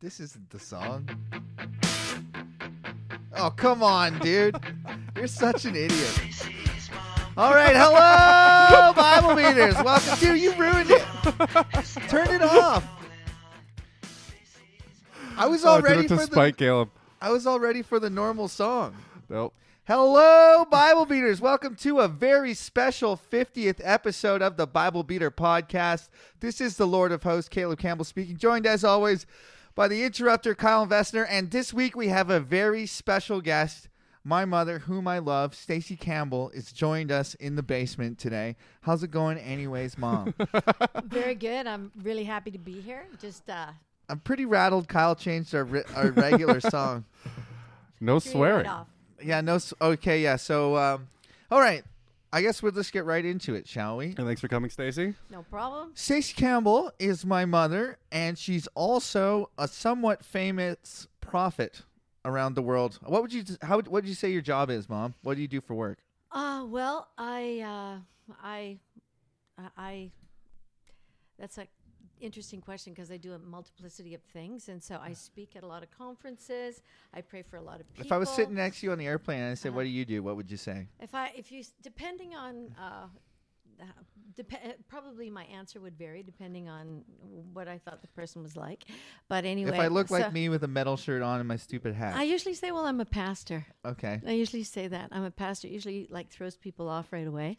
This isn't the song. Oh, come on, dude. You're such an idiot. All right, hello, Bible readers. Welcome to You Ruined It. Turn it off. I was all Oh, I did ready it to for spike the Caleb. I was all ready for the normal song. Nope. Hello, Bible Beaters. Welcome to a very special 50th episode of the Bible Beater podcast. This is the Lord of Hosts, Caleb Campbell speaking, joined as always by the interrupter, Kyle Vessner. And this week we have a very special guest. My mother, whom I love, Stacy Campbell, is joined us in the basement today. How's it going, anyways, Mom? Very good. I'm really happy to be here. Just uh, I'm pretty rattled. Kyle changed our, re- our regular song. No threw you right swearing. off. Yeah, no. s- Okay, yeah. So, um, all right. I guess we'll just get right into it, shall we? And thanks for coming, Stacy. No problem. Stacey Campbell is my mother, and she's also a somewhat famous prophet around the world. What would you how would- what would you say your job is, Mom? What do you do for work? Uh, well, I, uh, I, I- I. That's a interesting question because I do a multiplicity of things, and so I speak at a lot of conferences. I pray for a lot of people. If I was sitting next to you on the airplane and I said, "What do you do?" What would you say? If I, if you, s- depending on, uh, uh, depe- uh, probably my answer would vary depending on what I thought the person was like. But anyway, if I look so like me with a metal shirt on and my stupid hat, I usually say, "Well, I'm a pastor." okay. I usually say that I'm a pastor. It usually, like throws people off right away.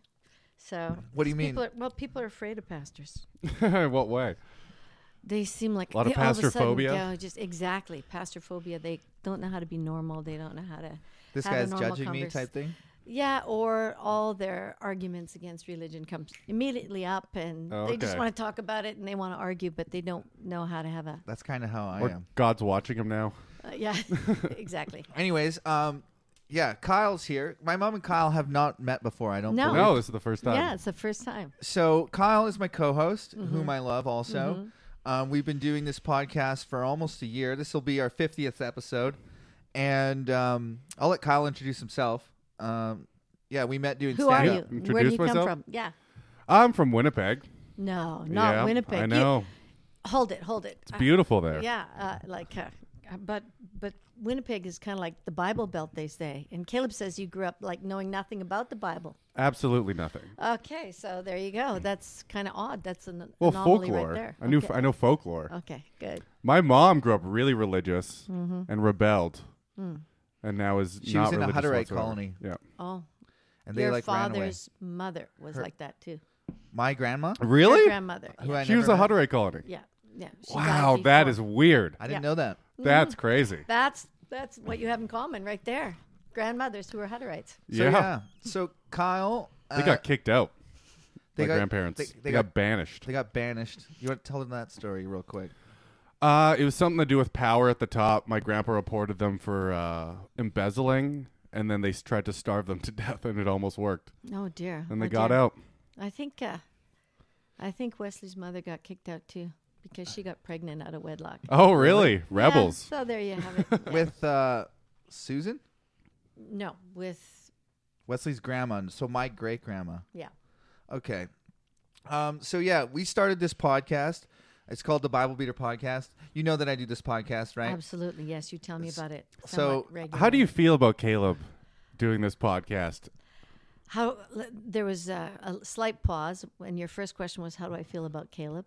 So What do you 'cause people mean? Are, well, people are afraid of pastors. what way? They seem like Lot of they all a sudden pastor phobia? go just exactly pastor phobia. They don't know how to be normal. They don't know how to. This have a guy's normal judging me convers- type thing. Yeah, or all their arguments against religion comes immediately up, and Oh, they just okay. want to talk about it and they want to argue, but they don't know how to have a. That's kind of how I Or am. God's watching him now. Uh, yeah, exactly. Anyways, um yeah, Kyle's here. My mom and Kyle have not met before, I don't No. believe. No, this is the first time. Yeah, it's the first time. so Kyle is my co-host, Mm-hmm. whom I love. Also, um, we've been doing this podcast for almost a year. This will be our fiftieth episode, and um, I'll let Kyle introduce himself. Um, yeah, we met doing Who are stand-up. you? Where do Introduce you myself? come from? Yeah. I'm from Winnipeg. No, not Yeah, Winnipeg. I You- know. hold it, hold it. It's I- beautiful there. Yeah, uh, like, uh, but but Winnipeg is kind of like the Bible Belt, they say. And Caleb says you grew up like knowing nothing about the Bible. Absolutely nothing. Okay, so there you go. That's kind of odd. That's an Hmm. Well, anomaly folklore. right there. I knew. Okay. Oh. I know folklore. okay, good. My mom grew up really religious Mm-hmm. and rebelled, Mm. and now is She not was in a religious Hutterite whatsoever. colony. Yeah, Oh, and they your like ran away. father's mother was like that too. My grandma, really? Your grandmother. who Yeah, I she was a never met. Hutterite colony. yeah, yeah. She died Wow, that before. Mm. is weird. I didn't Yeah. know that. That's crazy. That's that's what you have in common right there. Grandmothers who were Hutterites. So, yeah. So Kyle, uh, they got kicked out. they my got- grandparents. they- They, they got, got- banished. they got banished. You want to tell them that story real quick? Uh, it was something to do with power at the top. My grandpa reported them for uh, embezzling, and then they s- tried to starve them to death, and it almost worked. Oh dear. And they Oh, got dear. out. I think uh, I think Wesley's mother got kicked out too because she got pregnant out of wedlock. Oh, really? Yeah, Rebels. so there you have it. Yeah. With uh, Susan, no, with Wesley's grandma. So my great grandma. yeah. Okay. Um, so yeah, we started this podcast. It's called the Bible Beater Podcast. You know that I do this podcast, right? Absolutely. Yes, you tell me about it. So, somewhat regularly. How do you feel about Caleb doing this podcast? How l- there was a, a slight pause when your first question was how do I feel about Caleb?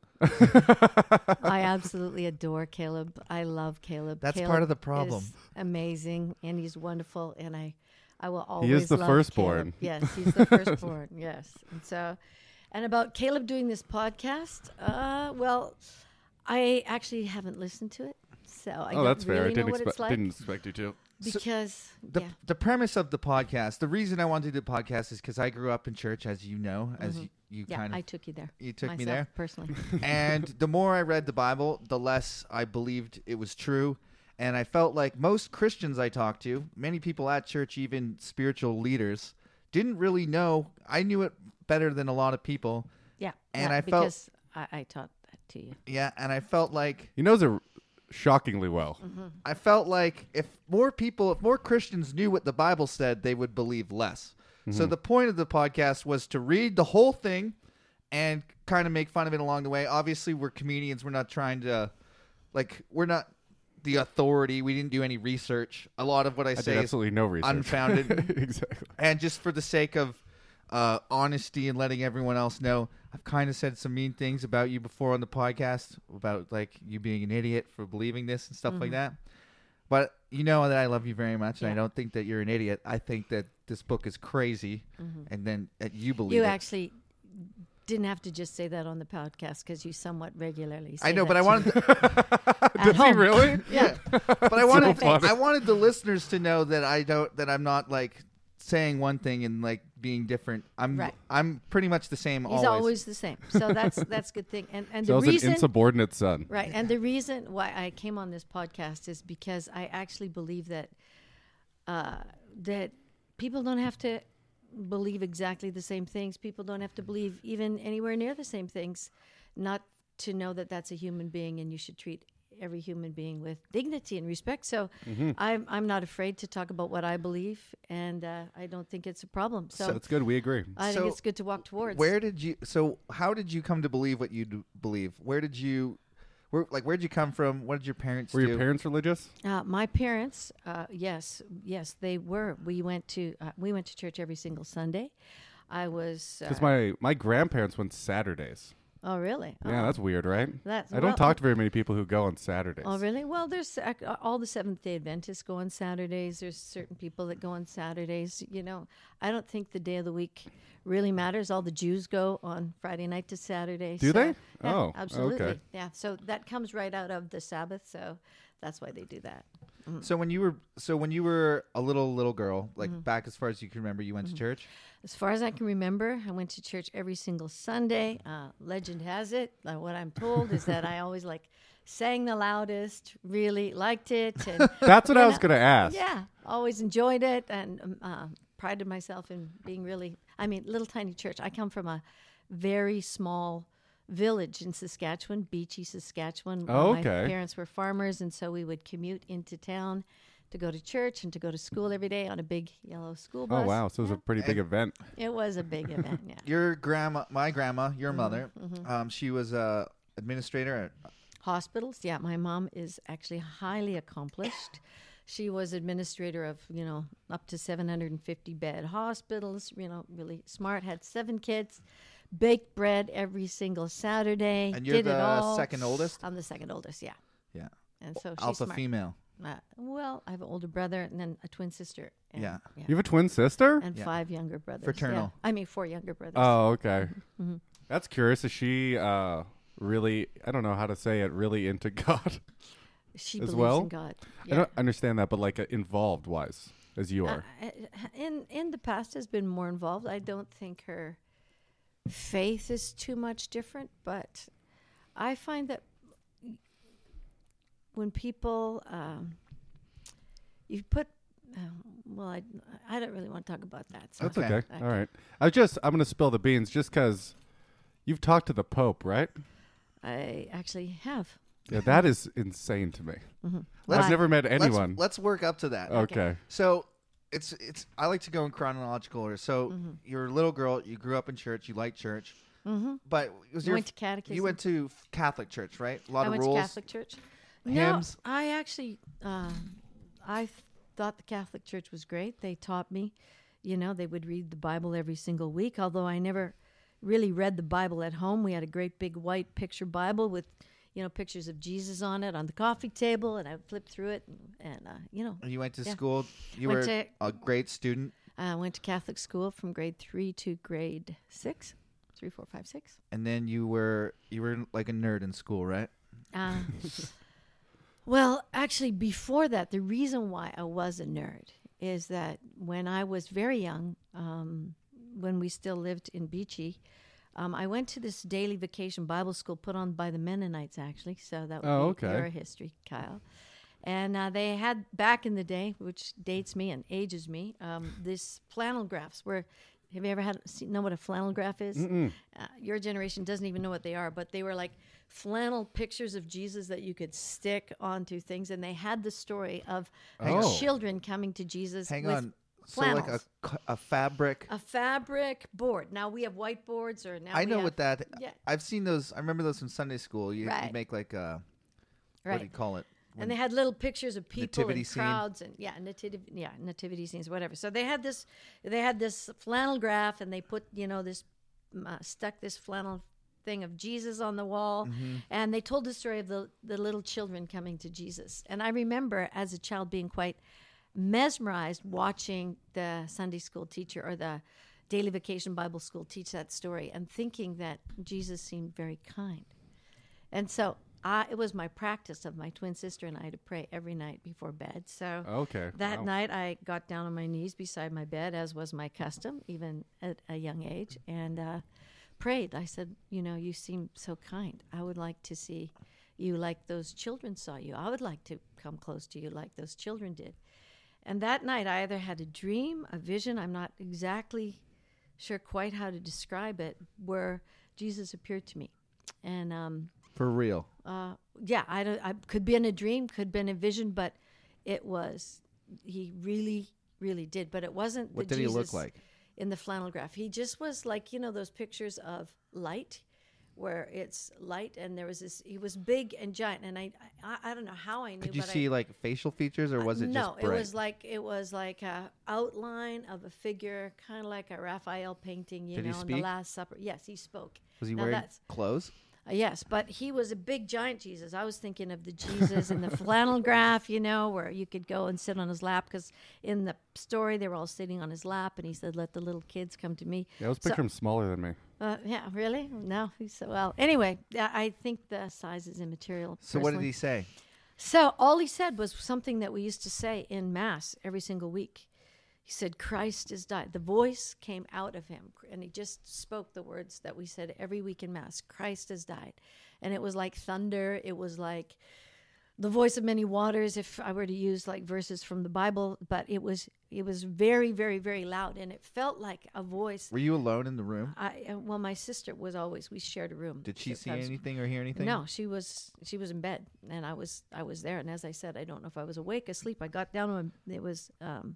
I absolutely adore Caleb. I love Caleb. That's Caleb part of the problem. is amazing and he's wonderful and I I will always He is the love firstborn. Caleb. Yes, he's the firstborn. Yes. And so and about Caleb doing this podcast, uh well I actually haven't listened to it. So I oh, don't that's really fair. I didn't, know what expect. it's like didn't expect you to. because The, yeah. the premise of the podcast, the reason I wanted to do the podcast is because I grew up in church, as you know, as you, you Mm-hmm. Yeah, kind of. I took you there. you took me myself, there? personally. and the more I read the Bible, the less I believed it was true. And I felt like most Christians I talked to, many people at church, even spiritual leaders, didn't really know. I knew it better than a lot of people. Yeah. And yeah, I felt- because I, I taught that to you. Yeah. And I felt like He knows it r- shockingly well. Mm-hmm. I felt like if more people, if more Christians knew what the Bible said, they would believe less. So the point of the podcast was to read the whole thing and kind of make fun of it along the way. Obviously, we're comedians. We're not trying to, like, we're not the authority. We didn't do any research. A lot of what I I say did is absolutely no research. unfounded. exactly. and just for the sake of uh, honesty and letting everyone else know, I've kind of said some mean things about you before on the podcast about like you being an idiot for believing this and stuff like that. But you know that I love you very much, and I Mm-hmm. Yeah. don't think that you're an idiot. I think that this book is crazy, and then that you believe Mm-hmm. You it. actually didn't have to just say that on the podcast because you somewhat regularly. Say I know, that but I to wanted, me at Does he home. really? yeah, but I wanted, funny. I wanted the listeners to know that I don't, that I'm not like saying one thing and like being different. I'm, Right. I'm pretty much the same He's always. the same, so that's that's a good thing. And and That the was reason an insubordinate son. Right. And the reason why I came on this podcast is because I actually believe that uh, that people don't have to believe exactly the same things. People don't have to believe even anywhere near the same things. Not to know that that's a human being and you should treat every human being with dignity and respect. So Mm-hmm. I'm I'm not afraid to talk about what I believe, and uh, I don't think it's a problem. So, So that's good. We agree. I So think it's good to walk towards. Where did you? So how did you come to believe what you d- believe? Where did you? Where like where would you come from? What did your parents Were do? your parents religious? Uh, my parents, uh, yes, yes, they were. We went to uh, we went to church every single Sunday. I was. Uh, Because my my grandparents went Saturdays. oh, really? Yeah, Oh, that's weird, right? That's- I don't well- talk to very many people who go on Saturdays. oh, really? Well, there's ac- all the Seventh Day Adventists go on Saturdays. There's certain people that go on Saturdays. You know, I don't think the day of the week really matters. All the Jews go on Friday night to Saturday. Do so- they? Yeah, Oh, absolutely. okay. Yeah. So that comes right out of the Sabbath. So that's why they do that. so when you were so when you were a little little girl, like Mm-hmm. back as far as you can remember, you went to church. As far as I can remember, I went to church every single Sunday. Uh, legend has it, uh, what I'm told is that I always like sang the loudest, really liked it, and That's what I And, was uh, going to ask. yeah, always enjoyed it, and um, uh, prided myself in being really. I mean, little tiny church. I come from a very small village in Saskatchewan, Beachy, Saskatchewan. Oh, My okay. parents were farmers, and so we would commute into town to go to church and to go to school every day on a big yellow school Oh bus. wow! So it was a pretty big event. It was a big event. Yeah. Your grandma, my grandma, Mm-hmm. your mother, um, she was a administrator. At, hospitals. Yeah, my mom is actually highly accomplished. She was administrator of, you know, up to 750 bed hospitals, you know, really smart, had seven kids, baked bread every single Saturday. And you're did it the all. second oldest? I'm the second oldest, yeah. yeah, And so she's alpha smart. female. Uh, well, I have an older brother and then a twin sister. And, Yeah. You have a twin sister? And Yeah. five younger brothers. yeah. Fraternal. Uh, I mean, four younger brothers. Oh, okay. Mm-hmm. That's curious. Is she uh, really? I don't know how to say it. Really into God. she as believes well? in God. I Yeah. don't understand that, but like uh, involved wise, as you are. Uh, in in the past has been more involved. I don't think her faith is too much different, but I find that when people um, you put um, well, I, I don't really want to talk about that. So That's I- okay. okay. All right. I was just. I'm gonna spill the beans, just because you've talked to the Pope, right? I actually have. Yeah, that is insane to me. Let's- I've never met Let's- anyone. Let's, work up to that. okay. So it's it's I like to go in chronological order. So Mm-hmm. you're a little girl, you grew up in church, you liked church. Mm-hmm. But was I your, went to catechism. You went to Catholic church, right? A lot I of went rules. to Catholic church. hymns? No, I actually, um, I th- thought the Catholic church was great. They taught me, you know, they would read the Bible every single week. Although I never really read the Bible at home, we had a great big white picture Bible with, you know, pictures of Jesus on it on the coffee table, and I would flip through it, and, and uh, you know, You went to Yeah. school. You Went were to- a great student, I went to Catholic school from grade three to grade six, three, four, five, six. and then you were you were like a nerd in school, right? Uh, well, actually, before that, the reason why I was a nerd is that when I was very young, um, when we still lived in Beachy, um, I went to this daily vacation Bible school put on by the Mennonites, actually. So that would Oh, be okay. your history, Kyle. And uh, they had back in the day, which dates me and ages me, um, this flannel graphs where. Have you ever had see, know what a flannel graph is? Uh, your generation doesn't even know what they are, but they were like flannel pictures of Jesus that you could stick onto things, and they had the story of the Oh. children coming to Jesus. Hang with on. So like a, flannels. c- a fabric. a fabric board. Now we have whiteboards, or now I we know have- what that. yeah. I've seen those. I remember those from Sunday school. You, you Right. make like a what do Right. you call it? and they had little pictures of people Nativity and scene. crowds and yeah, nativity yeah, nativity scenes, whatever. So they had this they had this flannel graph and they put, you know, this um, uh, stuck this flannel thing of Jesus on the wall and they told the story of the the little children coming to Jesus. And I remember as a child being quite mesmerized watching the Sunday school teacher or the daily vacation Bible school teach that story and thinking that Jesus seemed very kind. And so I, it was my practice of my twin sister and I to pray every night before bed. So Okay. that wow. night I got down on my knees beside my bed, as was my custom, even at a young age, and uh, prayed. I said, You know, you seem so kind. I would like to see you like those children saw you. I would like to come close to you like those children did. And that night I either had a dream, a vision, I'm not exactly sure quite how to describe it, where Jesus appeared to me. And um, For real. uh, yeah, I don't. I could be in a dream, could been a vision, but it was he really, really did. But it wasn't. What the did he look Jesus like? in the flannel graph? He just was like you know those pictures of light, where it's light, and there was this. He was big and giant, and I, I, I don't know how I knew. Could you but I- Uh, see like facial features, or was it no, just bright? it was like it was like a outline of a figure, kind of like a Raphael painting, you Did he know, in the speak? Last Supper. Yes, he spoke. was he Now wearing that's- clothes? uh, Yes, but he was a big giant Jesus. I was thinking of the Jesus in the flannel graph, you know, where you could go and sit on his lap because in the story they were all sitting on his lap, and he said, "Let the little kids come to me." Yeah, I was So- picturing him smaller than me. Uh, yeah, really? No, he's so well. Anyway, yeah, I think the size is immaterial. So what did personally. he say? So all he said was something that we used to say in mass every single week. He said, "Christ is died." The voice came out of him, and he just spoke the words that we said every week in mass. Christ has died, and it was like thunder. It was like the voice of many waters. If I were to use like verses from the Bible, but it was it was very, very, very loud, and it felt like a voice. Were you alone in the room? I uh, well, my sister was always we shared a room. Did she see That's- anything or hear anything? no, she was she was in bed, and I was I was there. And as I said, I don't know if I was awake, asleep. I got down on it was um,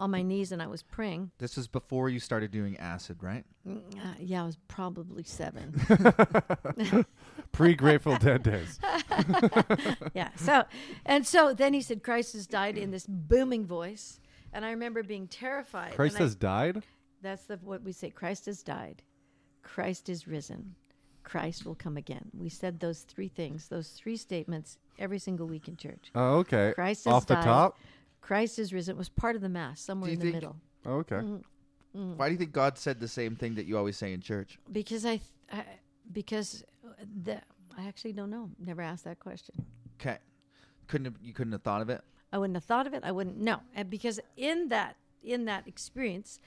on my knees, and I was praying. This was before you started doing acid, right? Mm, Uh, yeah, I was probably seven. Pre Grateful Dead days. yeah. So and so then he said, "Christ has died" in this booming voice, and I remember being terrified. Christ and I- has died? That's the, what we say. Christ has died. Christ is risen. Christ will come again. We said those three things, those three statements, every single week in church. Oh, okay. Christ has Off the died. top? Christ is risen was part of the mass, somewhere you in the think- middle. Oh, okay. Mm-hmm. Mm. Why do you think God said the same thing that you always say in church? Because I, th- I because the I actually don't know. Never asked that question. Okay, couldn't have, you couldn't have thought of it? I wouldn't have thought of it. I wouldn't know. And because in that in that experience,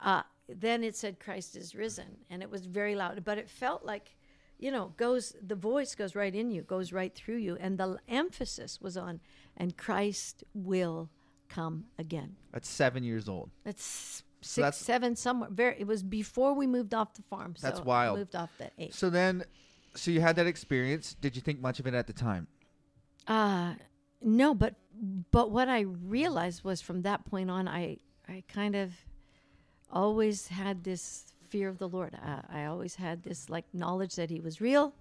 uh, then it said Christ is risen, and it was very loud. But it felt like, you know, goes the voice goes right in you, goes right through you, and the emphasis was on, and Christ will come again. At seven years old, That's six, that's- seven, somewhere. Very. It was before we moved off the farm. So That's I wild. Moved off the eight. so then, so you had that experience. Did you think much of it at the time? Uh no, but but what I realized was from that point on, I I kind of always had this fear of the Lord. I, I always had this like knowledge that He was real,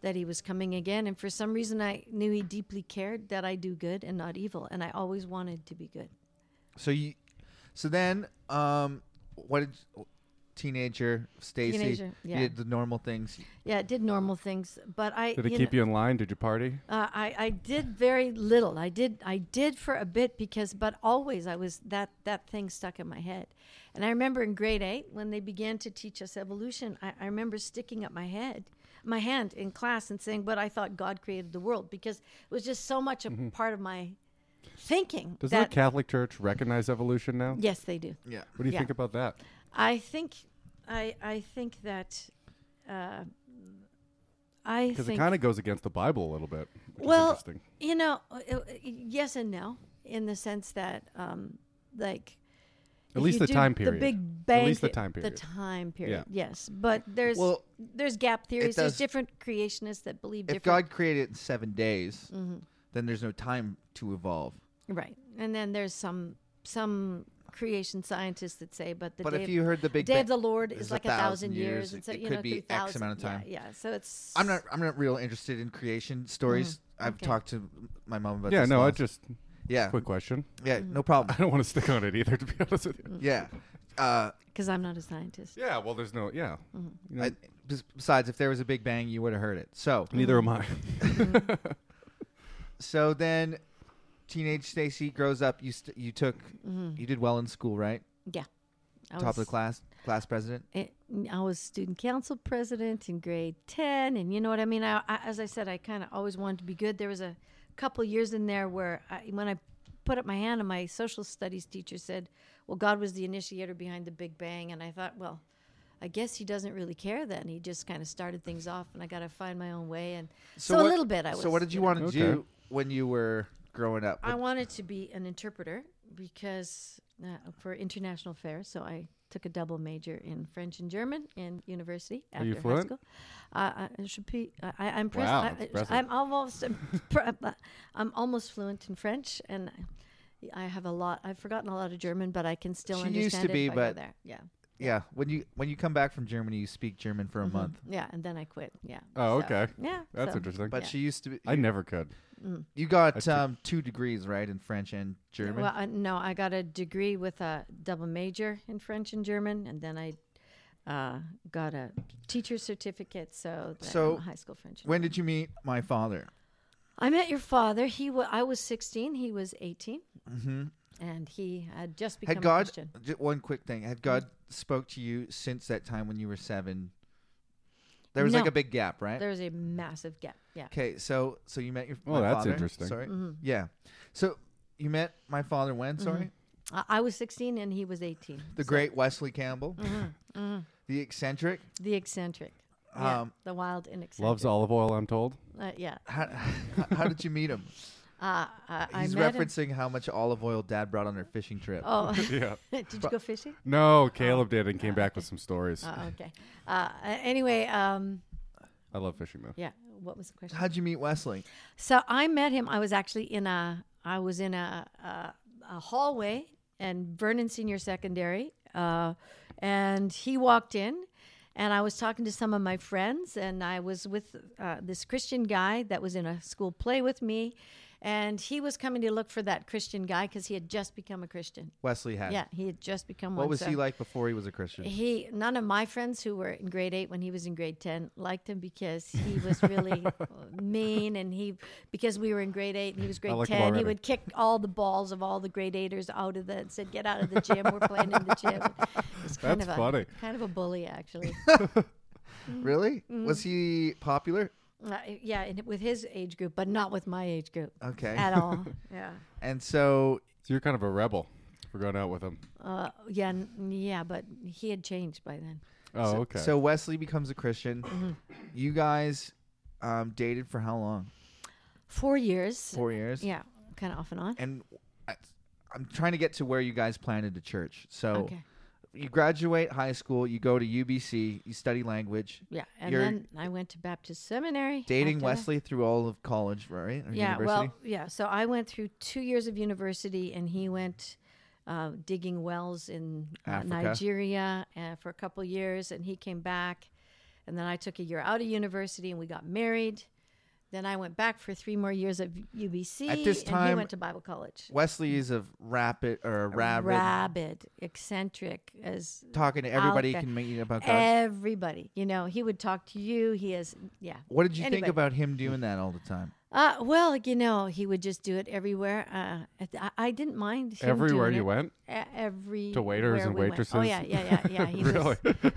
that He was coming again, and for some reason I knew He deeply cared that I do good and not evil, and I always wanted to be good. So you, so then, um, what did teenager Stacy? Teenager, you yeah. did the normal things. Yeah, it did normal things, but I Did it you keep know- you in line? Did you party? Uh, I, I did very little. I did I did for a bit because, but always I was that that thing stuck in my head. And I remember in grade eight when they began to teach us evolution, I, I remember sticking up my head, my hand in class and saying, "But I thought God created the world," because it was just so much a part of my thinking. Mm-hmm. Does the Catholic Church recognize evolution now? yes, they do. Yeah. What do you Yeah. think about that? I think I I think that. Uh, I Because it think- kind of goes against the Bible a little bit. which is well, interesting. you know, uh, uh, yes and no, in the sense that, um, like, At if least you the do time The period. Big Bang. least the the- time period. The time period. Yes, but there's Well, there's gap does- theories. there's different creationists that believe If different. God created it in seven days, Mm-hmm. then there's no time to evolve. right, and then there's some some creation scientists that say, but the but day if of- you heard the Big day Bang, of the Lord is is a like a thousand thousand years. years, It- and so it you could know be through X amount of thousand- time. Yeah, yeah, so it's Mm-hmm. I'm not. I'm not real interested in creation stories. I've Okay. talked to my mom about. yeah, this no, I lots. just yeah, quick question. yeah, Mm-hmm. no problem. I don't want to stick on it either, to be honest with you. Yeah, uh, because I'm not a scientist. Yeah, well, there's no, yeah. Mm-hmm. You know, I, bes- besides, if there was a big bang, you would have heard it. So, neither am Mm-hmm. I. so then, teenage Stacy grows up. You st- you took you did well in school, right? Yeah. Mm-hmm. I Top of the was- class, class president. it, eh, I was student council president in grade 10. And you know what I mean? I, I, as I said, I kind of always wanted to be good. There was a couple years in there where I, when I put up my hand and my social studies teacher said, well, God was the initiator behind the Big Bang. And I thought, well, I guess he doesn't really care then. He just kind of started things off and I got to find my own way. And so, a what- little bit I was. So what did you know. want to know. do Okay. when you were growing up? I wanted to be an interpreter because uh, for international affairs. So I took a double major in French and German in university after you high fluent? school. Uh, I should be. I, I- I'm. Pres- Wow, I- that's I, impressive. I'm almost. pr- I'm almost fluent in French, and I have a lot. I've forgotten a lot of German, but I can still She understand used to it be, if I but- go there. Yeah, yeah, when you when you come back from Germany, you speak German for a Mm-hmm. month. yeah, and then I quit. Yeah. Oh, So, okay. Yeah, That's so- interesting. But Yeah. she used to be. I never could. you I got took- um, two degrees, right, in French and German. Well, I, no, I got a degree with a double major in French and German, and then I uh, got a teacher certificate. So, that So, I'm a high school French. when did you meet my father? I met your father. He wa- I was 16. He was 18, mm-hmm. and he had just become Had God a Christian. Mm-hmm. ju- one quick thing? Had God spoke to you since that time when you were seven? There was like No. a big gap, right? There was a massive gap. Yeah. Okay, so so you met your Oh, my that's father, interesting. Sorry, Mm-hmm. yeah. So you met my father when? Sorry, I, I was 16, and he was 18. the great Wesley Campbell, the eccentric. The eccentric. Mm-hmm. Yeah, Um, the wild and eccentric. Loves olive oil, I'm told. Uh, yeah. How, how did you meet him? Uh, I, I He's met him. referencing how much olive oil Dad brought on their fishing trip. Oh, Yeah. did you go fishing? No, Caleb did and came back with some stories. Oh, okay. Oh. Uh, a- anyway, um, I love fishing though. yeah. What was the question? How'd you meet Wesley? So I met him. I was actually in a I was in a a, a hallway in Vernon Senior Secondary, uh, and he walked in, and I was talking to some of my friends, and I was with uh, this Christian guy that was in a school play with me, and he was coming to look for that Christian guy because he had just become a Christian. Wesley had. Yeah, he had just become one. What was so- he like before he was a Christian? he none of my friends who were in grade eight when he was in grade 10 liked him because he was really mean and he because we were in grade eight and he was grade like him 10 he already. would kick all the balls of all the grade eighters out of the and said get out of the gym we're playing in the gym it's kind That's of funny. a kind of a bully actually Really? Mm. Was he popular? uh, yeah and with his age group but not with my age group Okay. at all yeah And so So you're kind of a rebel for going out with him. uh, yeah n- yeah but he had changed by then Oh, okay. So Wesley becomes a Mm-hmm. Christian. you guys um, dated for how long? four years Four years. yeah kind of off and on And I, I'm trying to get to where you guys planted a church. So Okay. you graduate high school, you go to UBC, you study language, yeah and You're- then i went to baptist seminary dating after that. Wesley through all of college, right? Or yeah university? well yeah so i went through two years of university and he went uh, digging wells in uh, Africa. nigeria uh, for a couple years and he came back and then i took a year out of university and we got married then i went back for three more years of ubc At this and he time- went to bible college Wesley is a rapid or a rabid, rabid eccentric as talking to out everybody he there. can make you about God. everybody you know he would talk to you he is yeah what did you think anybody. about him doing that all the time? Uh, well, you know, he would just do it everywhere. Uh, I th- I, I didn't mind. Him Everywhere doing you it. went? E- every To waiters and where we went. Oh waitresses? yeah, yeah, yeah, yeah. He Really?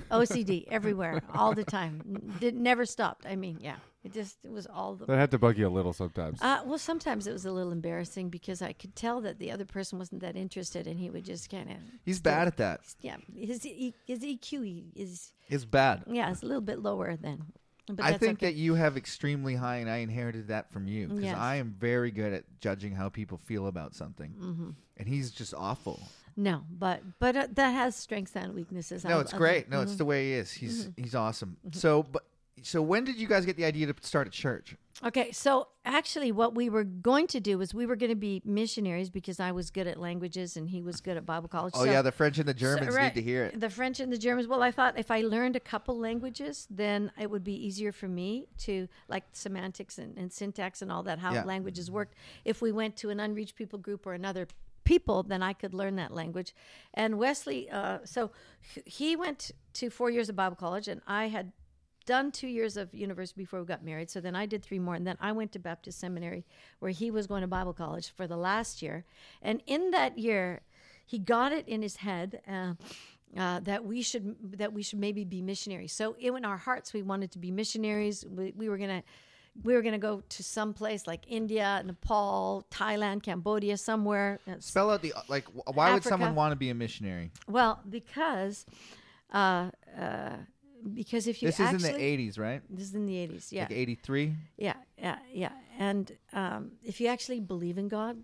was OCD everywhere, all the time. N- Did never stopped. I mean, yeah, it just it was all the. that had to bug you a little sometimes. Uh, well, sometimes it was a little embarrassing because I could tell that the other person wasn't that interested, and he would just kind of. He's bad at that. Yeah, his E- his EQ is He's bad. yeah, it's a little bit lower than. But I that's think okay. that you have extremely high, and I inherited that from you because Yes. I am very good at judging how people feel about something, Mm-hmm. and he's just awful. no, but but uh, that has strengths and weaknesses. no, I'll- it's I'll- Mm-hmm. great. No, it's the way he is. He's he's awesome. So, but so when did you guys get the idea to start a church? Okay, so actually, what we were going to do was we were going to be missionaries because I was good at languages and he was good at Bible college. Oh so- yeah, the French and the so- Germans right, need to hear it. The French and the Germans. Well, I thought if I learned a couple languages, then it would be easier for me to like semantics and, and syntax and all that, how Yeah. languages worked. If we went to an unreached people group or another people, then I could learn that language. And Wesley, uh, so h- he went to four years of Bible college, and I had done two years of university before we got married. So then I did three more, and then I went to Baptist Seminary, where he was going to Bible college for the last year. And in that year, he got it in his head uh, uh, that we should that we should maybe be missionaries. So in our hearts, we wanted to be missionaries. We, we were gonna we were gonna go to some place like India, Nepal, Thailand, Cambodia, somewhere. uh, Spell out the like. wh- Why would someone Africa. want to be a missionary? Well, because uh, uh, because if you This actually is in the '80s, right? this is in the eighties, yeah, Like '83. yeah, yeah, yeah, and um, if you actually believe in God,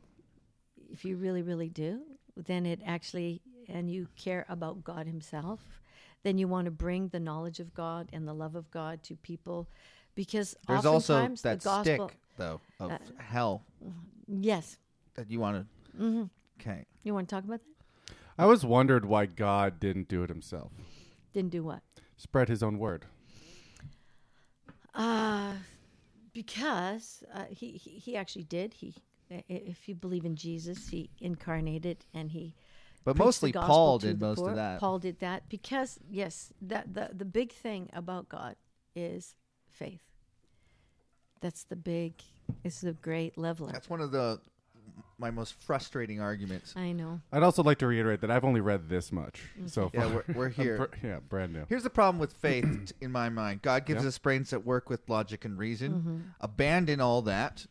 if you really, really do, then it actually and you care about God Himself, then you want to bring the knowledge of God and the love of God to people, because There's also oftentimes that the gospel, Uh, stick though of hell yes, that you want to. Mm-hmm. Okay. you want to talk about that? I always wondered why God didn't do it himself. Didn't do what? Spread his own word. Uh, because uh, he, he he actually did. He i- if you believe in Jesus, he incarnated and he. But preached the mostly gospel Paul to did the most of poor. that. Paul did that because yes, that the the big thing about God is faith. That's the big. It's the great leveler. That's one of the my most frustrating arguments. I know. I'd also like to reiterate that I've only read this much Mm-hmm. so far. Yeah, we're, we're I'm here. br- yeah, brand new. Here's the problem with faith t- in my mind. God gives Yeah. us brains that work with logic and reason. Mm-hmm. Abandon all that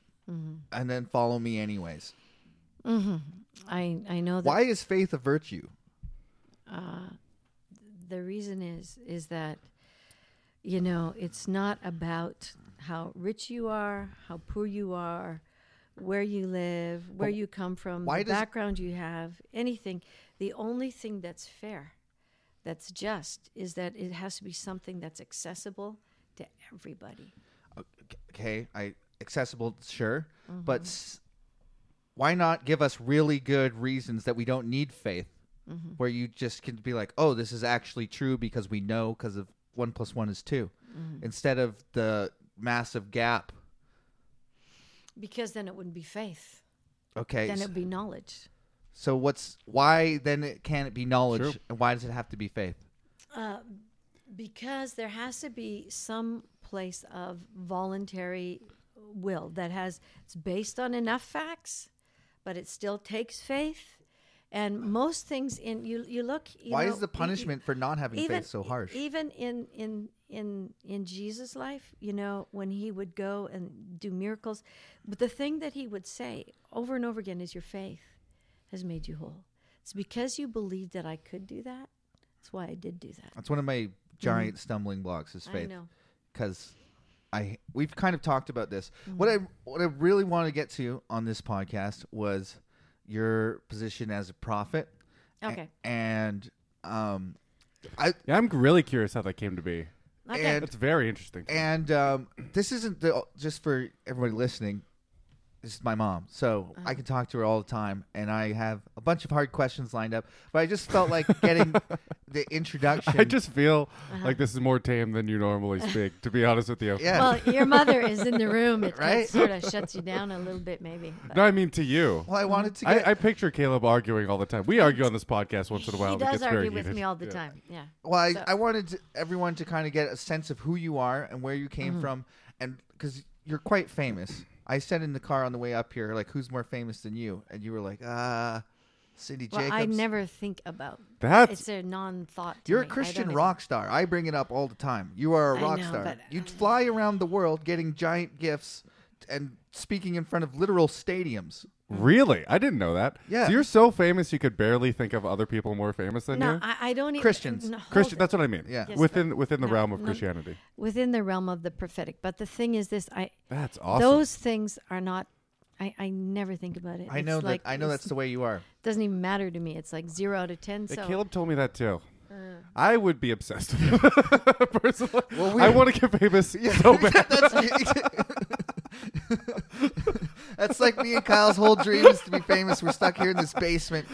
and then follow me anyways. I I know that Why is faith a virtue? the reason is is that you know it's not about how rich you are how poor you are where you live where you come from why the does- background you have anything the only thing that's fair that's just is that it has to be something that's accessible to everybody Okay, I accessible sure, Mm-hmm. but s- why not give us really good reasons that we don't need faith? Mm-hmm. Where you just can be like, "Oh, this is actually true because we know because of 1 plus 1 is 2." Mm-hmm. Instead of the massive gap. because then it wouldn't be faith Okay. then s- it would be knowledge So what's why then it can it be knowledge True. and why does it have to be faith? Because there has to be some place of voluntary will that has it's based on enough facts, but it still takes faith. And most things in you you look. You why know, is the e- e- punishment for not having faith so harsh? even e, in in in in Jesus' life, you know, when he would go and do miracles, but the thing that he would say over and over again is, "Your faith has made you whole." It's because you believed that I could do that. That's why I did do that. That's one of my giant stumbling blocks is Mm-hmm. I faith know. because I we've kind of talked about this. Mm-hmm. What I what I really wanted to get to on this podcast was your position as a prophet. a- Okay. and um I Yeah, I'm really curious how that came to be. Okay. and That's very interesting. And um, this isn't the just for everybody listening. This is my mom, so Uh-huh. I can talk to her all the time, and I have a bunch of hard questions lined up. But I just felt like getting the introduction. I just feel Uh-huh. like this is more tame than you normally speak, to be honest with you. yeah, well, your mother is in the room. It Right? sort of shuts you down a little bit, maybe. but- No, I mean to you. well, I wanted to. Get, I, I picture Caleb arguing all the time. We argue on this podcast once in a while. he and it does gets very argue with heated. me all the Yeah. time. Yeah. well, I, so- I wanted to, everyone to kind of get a sense of who you are and where you came Mm-hmm. from, and because you're quite famous. I said in the car on the way up here, like, "Who's more famous than you?" And you were like, "Ah, Cindy Well, Jacobs." I never think about. That's It's a non-thought. to You're a me. I Christian don't rock star. I bring it up all the time. You are a I rock know, star. but- um, You fly around the world getting giant gifts and speaking in front of literal stadiums. really. I didn't know that. Mm-hmm. Yeah. So you're so famous, you could barely think of other people more famous than Even, no, you. I, I don't. Even, Christians. no, hold Christian. it. That's what I mean. Yeah. Yes, within within the no, realm of no. Christianity. within the realm of the prophetic. But the thing is, this I That's awesome. those things are not. I, I never think about it. I It's know like, that. I know it's- that's the way you are. doesn't even matter to me. It's like zero out of ten. Yeah, So Caleb told me that too. uh, I would be obsessed with it personally. Well, we- I want to get famous so bad. that's, that's like me and Kyle's whole dream is to be famous. We're stuck here in this basement.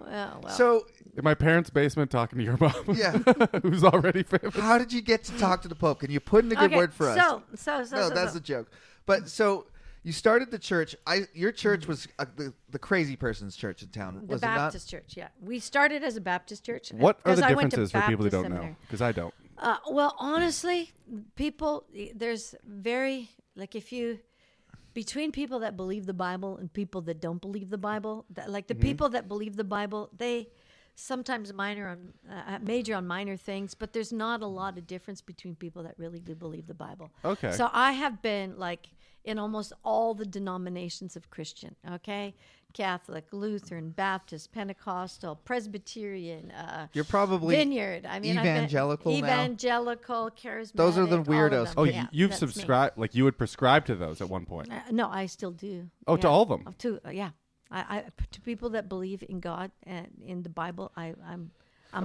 Well, well. So, In my parents' basement, talking to your mom, Yeah. who's already famous. how did you get to talk to the Pope? Can you put in a good okay, word for us? So, so, so, no, so, that's so. a joke. But so you started the church. I your church was uh, the, the crazy person's church in town, the was Baptist church. Yeah, we started as a Baptist church. uh, What are 'cause the I went to differences for people who don't Baptist know? seminary. Because I don't. Uh, well, honestly, people there's very like if you between people that believe the Bible and people that don't believe the Bible, that, like the people that believe the Bible, they sometimes minor on uh, major on minor things, but there's not a lot of difference between people that really do believe the Bible. Okay. So I have been like in almost all the denominations of Christian, okay? Catholic, Lutheran, Baptist, Pentecostal, Presbyterian, uh, You're probably Vineyard. I mean, I've been- evangelical now? evangelical, charismatic. Those are the all of weirdos. them. Oh, Yeah, y you've that's me. subscribed, like you would prescribe to those at one point. Uh, no, I still do. Oh, to Yeah. all of them? To uh, yeah, I, I to people that believe in God and in the Bible, I, I'm. I'm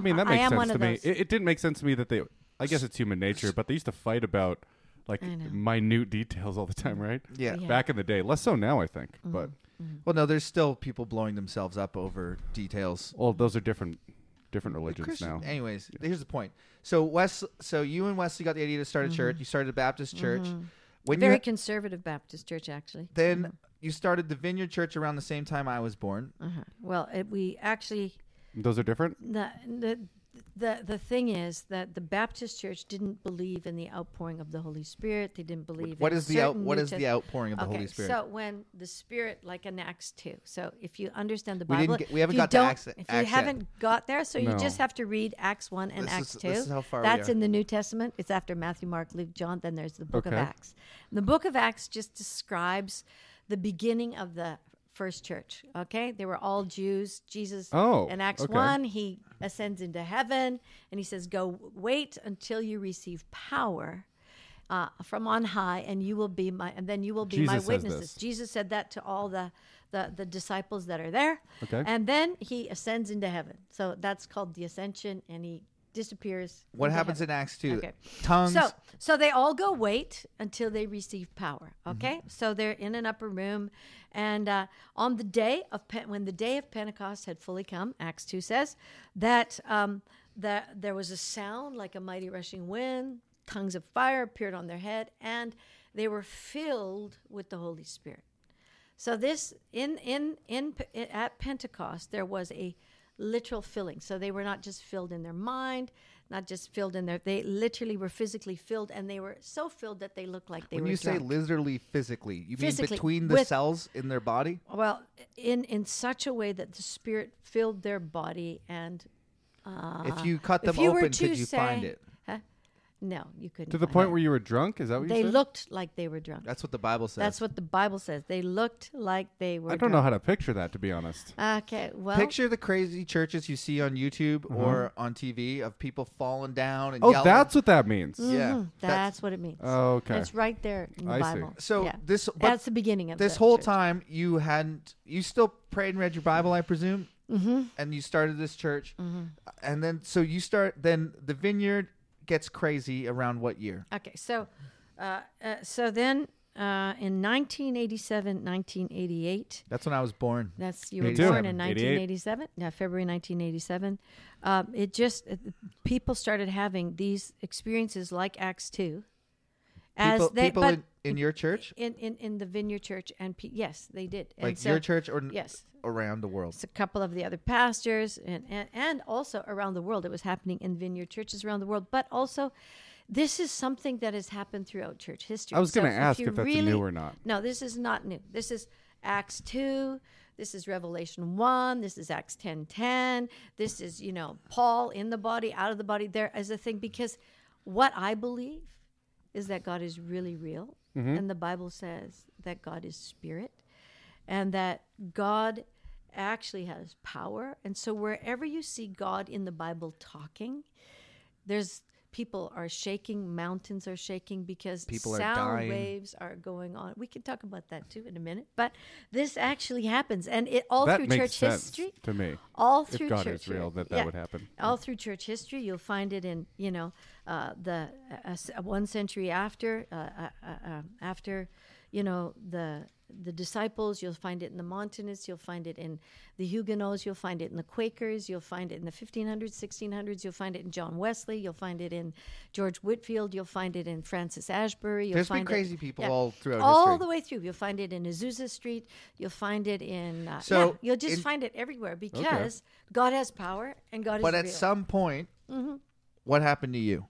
I mean, that I makes am one sense to of me. those. It, it didn't make sense to me that they. I guess it's human nature, but they used to fight about like I know. minute details all the time, right? Yeah. Yeah. Mm-hmm. Back in the day, less so now, I think. But Well, no, there's still people blowing themselves up over details. well, those are different, different religions Christian. now. Anyways, here's the point. So Wes, so you and Wesley got the idea to start a church. You started a Baptist church. When Mm-hmm. Very you conservative Baptist church, actually. then you started the Vineyard Church around the same time I was born. Uh-huh. Well, it, we actually Those are different. the the the the thing is that the Baptist Church didn't believe in the outpouring of the Holy Spirit. They didn't believe. What in is the out, certain what New is the Test- outpouring of the okay, Holy Spirit? So when the Spirit, like in Acts two, so if you understand the We Bible, didn't get- we haven't if you got to don't- Acts- If Acts you yet. haven't got there, so you No. just have to read Acts one and This Acts is- two. this is how far we That's are. in the New Testament. It's after Matthew, Mark, Luke, John. Then there's the Book of Okay. Acts. The Book of Acts just describes the beginning of the first church. Okay, they were all Jews. Jesus Oh, in Acts okay. 1, he ascends into heaven and he says, Go wait until you receive power uh, from on high, and you will be my, and then you will be my Jesus says witnesses. this. Jesus said that to all the, the, the disciples that are there. Okay. And then he ascends into heaven. So that's called the ascension, and he disappears. What into happens heaven. in Acts two? Okay. Tongues. So, so they all go wait until they receive power. Okay, so they're in an upper room, and uh, on the day of Pen- when the day of Pentecost had fully come, Acts two says that um, that there was a sound like a mighty rushing wind, tongues of fire appeared on their head, and they were filled with the Holy Spirit. So this in in in P- at Pentecost there was a literal filling. So they were not just filled in their mind, not just filled in their they literally were physically filled and they were so filled that they looked like they when were you say drunk. literally physically, you mean Physically, between the with- cells in their body? well in in such a way that the spirit filled their body and uh, if you cut them if you were open, to could you say- find it? Huh? No, you couldn't. To the find point it. where you were drunk. Is that what you they said? looked like they were drunk. That's what the Bible says. That's what the Bible says. They looked like they were I don't know drunk. how to picture that, to be honest. Okay, well Picture the crazy churches you see on YouTube or on TV of people falling down and Mm-hmm. Oh, yelling. that's what that means. Yeah, Mhm, that's- that's, what it means. Oh, okay. And it's right there in the I see. Bible. so Yeah. this but that's the beginning of this the whole church. time you hadn't you still prayed and read your Bible, I presume, mm-hmm. and you started this church, Mm-hmm. Uh, and then so you start then the vineyard gets crazy around what year? Okay, so uh, uh, so then uh, in 1987, 1988. That's when I was born. That's you were Me too. born 88. in 1987. Yeah, February 1987. Um, it just it, people started having these experiences like Acts two, as people they people but in, in your church, in, in in the Vineyard Church and pe- yes they did and like so, your church, or n- yes around the world. a couple of the other pastors and, and and also around the world it was happening in vineyard churches around the world but also this is something that has happened throughout church history I was So going to ask you if that's really- new or not. no this is not new this is acts 2 this is revelation 1 this is acts 10 10 this is you know paul in the body out of the body there as a thing because what i believe is that god is really real Mm-hmm. and the bible says that god is spirit and that God actually has power. And so wherever you see God in the Bible talking, there's People are shaking, mountains are shaking because People are sound dying. waves are going on. We can talk about that too in a minute, but this actually happens, and it all that through makes church sense history. to me. All If through God church is real, that that yeah. Oh, would happen. All through church history, you'll find it in you know uh, the uh, uh, one century after uh, uh, uh, uh, after you know the the disciples. You'll find it in the Montanists. You'll find it in the Huguenots. You'll find it in the Quakers. You'll find it in the 1500s, 1600s. You'll find it in John Wesley. You'll find it in George Whitfield. You'll find it in Francis Ashbury. You'll There's been find crazy it, people all throughout all history. the way through. You'll find it in Azusa Street. You'll find it in. Uh, So, yeah, you'll just in- find it everywhere because God has power and God But is at real. Mm-hmm. some point, what happened to you?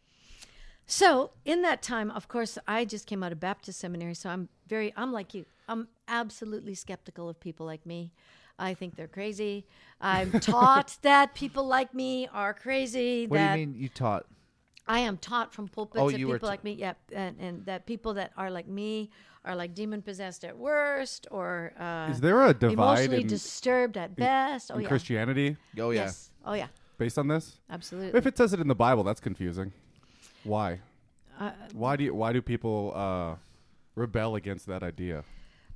so in that time, of course, I just came out of Baptist seminary, so I'm very. I'm like you. I'm absolutely skeptical of people like me. I think they're crazy. I'm taught that people like me are crazy. What that do you mean you taught? I am taught from pulpits Oh, of you people were ta- like me, yep, and, and that people that are like me are like demon possessed at worst, or uh, Is there a divide emotionally in, disturbed at best? oh in yeah, Christianity Oh yeah. yes, oh yeah, based on this? absolutely. If it says it in the Bible, that's confusing. Why? Uh, why do you, why do people uh, rebel against that idea?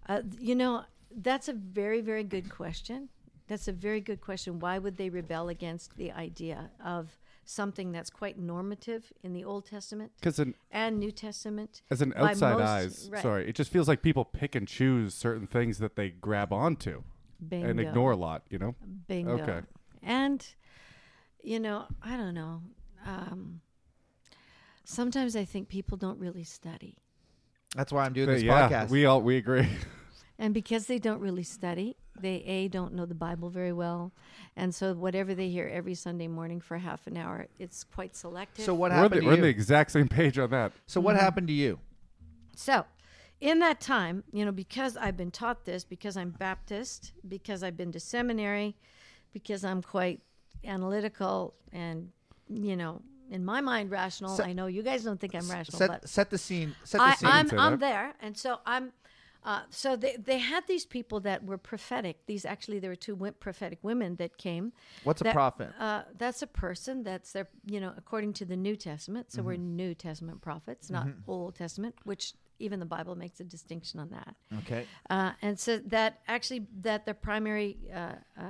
Uh, you know, that's a very, very good question. That's a very good question. Why would they rebel against the idea of something that's quite normative in the Old Testament Because an and New Testament? As an by outside most- eyes, right. sorry, it just feels like people pick and choose certain things that they grab onto and Bingo. ignore a lot. You know, Bingo. Okay. And, you know, I don't know. Um, sometimes I think people don't really study. That's why I'm doing this Uh, yeah, podcast. we all we agree. And because they don't really study, they A, don't know the Bible very well. And so whatever they hear every Sunday morning for half an hour, it's quite selective. so what we're the, happened we're on to the you? exact same page on that. So what Mm-hmm. happened to you? So, in that time, you know, because I've been taught this, because I'm Baptist, because I've been to seminary, because I'm quite analytical and, you know, in my mind, rational. So- I know you guys don't think I'm rational, Set but set the scene. Set the I, scene. I'm, Say I'm that. there. And so I'm. Uh, so they, they had these people that were prophetic. These actually there were two wo- prophetic women that came. What's a that- prophet? Uh, that's a person. That's their you know according to the New Testament. So we're New Testament prophets, not Old Testament, which even the Bible makes a distinction on that. Okay. Uh, and so that actually that the primary uh, uh,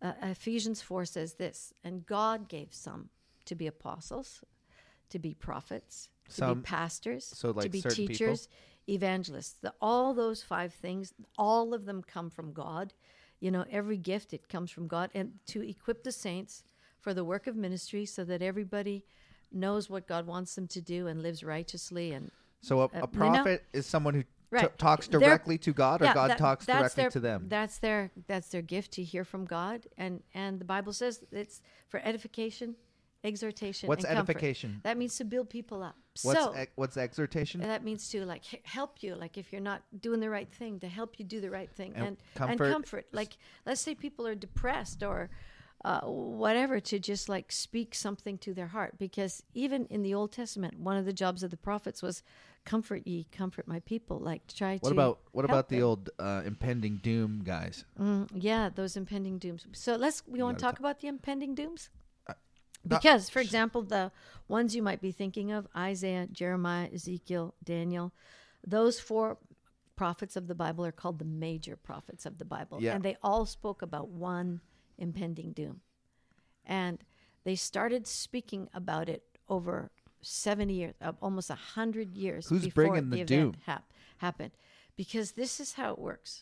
uh, Ephesians four says this, and God gave some to be apostles, to be prophets, to Some- be pastors, so to like be certain people? teachers, evangelists. The, all those five things, all of them come from God. You know, every gift it comes from God, and to equip the saints for the work of ministry, so that everybody knows what God wants them to do and lives righteously and So a, Uh, you know- a prophet is someone who t- Right. talks They're- directly to God, or yeah, God that- talks that's directly their- to them. That's their that's their gift to hear from God, and and the Bible says it's for edification, exhortation. What's and comfort. edification? That means to build people up. what's so ex- what's exhortation? that means to like h- help you, like if you're not doing the right thing, to help you do the right thing, And and comfort. and comfort. Like let's say people are depressed or. Uh, whatever to just like speak something to their heart because even in the old testament one of the jobs of the prophets was comfort ye comfort my people like try What to about what help about the them. old uh, impending doom guys? Yeah, those impending dooms. So let's we want to talk about the impending dooms? Uh, not- Because, for example, the ones you might be thinking of Isaiah, Jeremiah, Ezekiel, Daniel, those four prophets of the Bible are called the major prophets of the Bible. Yeah. And they all spoke about one impending doom. And they started speaking about it over 70 years, uh, almost 100 years Who's before bringing the the doom? event hap- happened. Because this is how it works.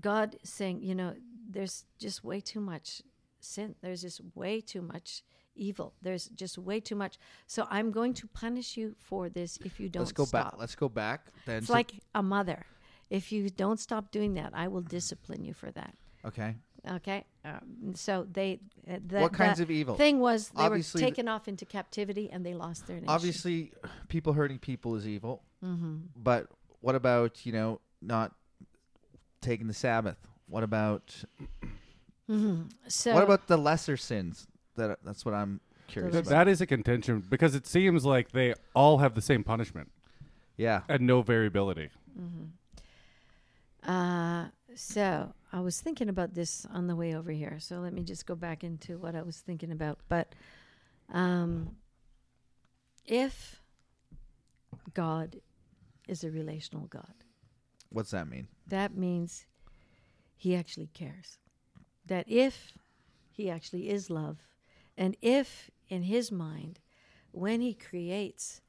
God saying, you know, there's just way too much sin. There's just way too much evil. There's just way too much. So I'm going to punish you for this if you don't Let's go stop. back. Let's go back. Then it's to- like a mother. If you don't stop doing that, I will discipline you for that. okay. Okay, um, so they uh, the, What kinds the of evil? thing was they Obviously were the- taken off into captivity and they lost their nation. Obviously, people hurting people is evil. Mm-hmm. But what about you know not taking the Sabbath? What about so what about the lesser sins? That that's what I'm curious Th- about. that is a contention because it seems like they all have the same punishment yeah. and no variability. Uh, so I was thinking about this on the way over here. So let me just go back into what I was thinking about. But um, if God is a relational God, What's that mean? that means he actually cares. That if he actually is love, and if in his mind, when he creates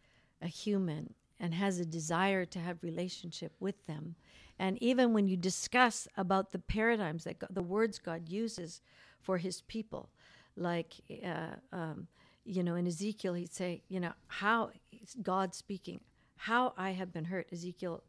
a human and has a desire to have relationship with them, and even when you discuss about the paradigms that God, the words God uses for his people, like uh, um, you know in Ezekiel, he'd say, you know how it's God speaking, how I have been hurt, Ezekiel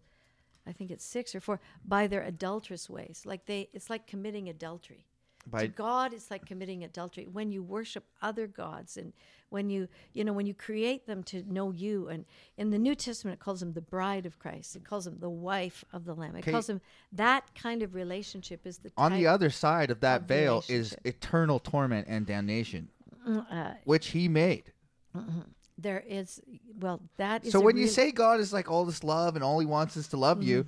I think it's six or four, by their adulterous ways. Like they, it's like committing adultery. By- to God, it's like committing adultery when you worship other gods and when you, you know, when you create them to know you. And in the New Testament, it calls them the bride of Christ. It calls them the wife of the Lamb. It Okay. calls them that kind of relationship is the On the type- other side of that of veil is relationship. eternal torment and damnation, uh, which he made. there is well that is So a when you real- Mm. say God is like all this love and all he wants is to love you,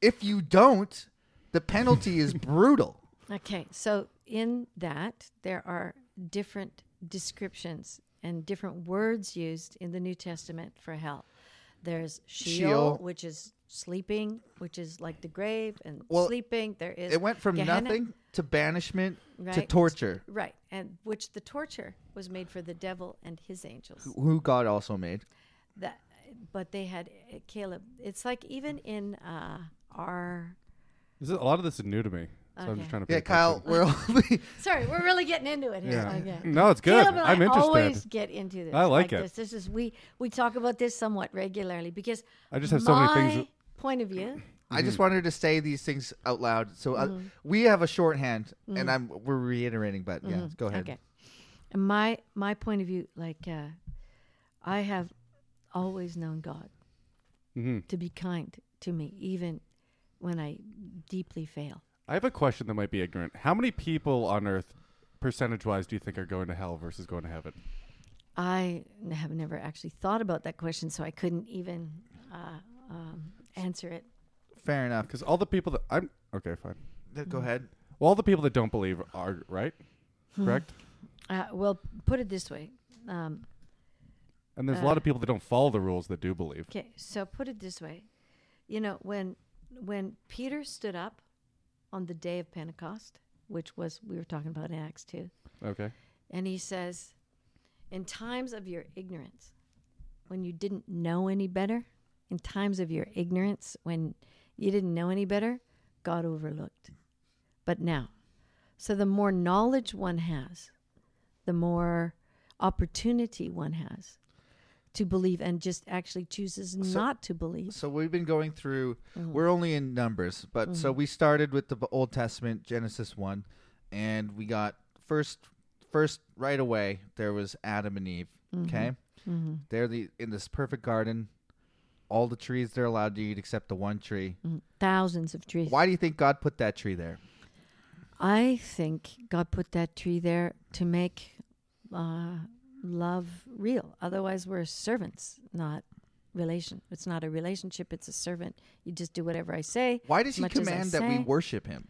if you don't, the penalty is brutal. Okay, so in that, there are different descriptions and different words used in the New Testament for hell. There's Sheol, Sheol. which is sleeping, which is like the grave and Well, sleeping. There is It went from Gehenna. nothing to banishment to Right. torture, right? And which the torture was made for the devil and his angels. who God also made. that but they had uh, Caleb. It's like even in uh, our This is, a lot of this is new to me, so I'm Okay. just trying to. Pay Yeah, Kyle, attention. we're only sorry, we're really getting into it here. Yeah. Okay. No, it's good. Caleb and I'm I interested. always get into this. I like it. This. this is we we talk about this somewhat regularly because I just have so many things my that- Point of view. I just wanted to say these things out loud. So uh, Mm. we have a shorthand, and I'm we're reiterating, but yeah, go ahead. Mm-hmm. Okay. And my my point of view, like uh, I have always known God Mm-hmm. to be kind to me, even when I deeply fail. I have a question that might be ignorant. How many people on Earth, percentage-wise, do you think are going to hell versus going to heaven? I n- have never actually thought about that question, so I couldn't even uh, um, answer it. Fair enough. Because all the people that I'm okay, fine. Mm-hmm. Go ahead. Well, all the people that don't believe are right, Hmm. correct. Uh, well, put it this way. Um, And there's a Uh. lot of people that don't follow the rules that do believe. Okay, so put it this way, you know when when Peter stood up on the day of Pentecost, which was we were talking about in Acts two, Okay. and he says, "In times of your ignorance, when you didn't know any better, in times of your ignorance, when you didn't know any better, God overlooked, but now." So the more knowledge one has, the more opportunity one has to believe and just actually chooses not to believe. So we've been going through. Mm-hmm. We're only in numbers, but so we started with the B- Old Testament, Genesis one, and we got first, first right away. There was Adam and Eve. Mm-hmm. Okay, they're the in this perfect garden. All the trees they're allowed to eat except the one tree. Mm-hmm. thousands of trees. Why do you think God put that tree there? I think God put that tree there to make uh, love real. Otherwise, we're servants, not relation. It's not a relationship. It's a servant. You just do whatever I say. Why does as He much as I command that we say. worship Him?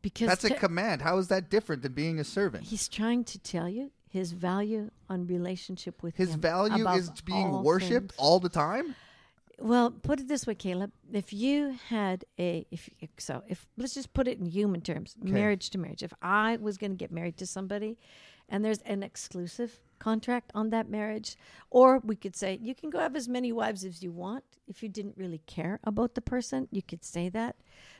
Because That's a t- command. How is that different than being a servant? he's trying to tell you his value on relationship with His him value above is being all worshipped things. all the time. Well, put it this way, Caleb. If you had a, if if- so, if let's just put it in human terms, marriage to marriage. If I was going to get married to somebody, and there's an exclusive contract on that marriage, or we could say you can go have as many wives as you want. If you didn't really care about the person, you could say that.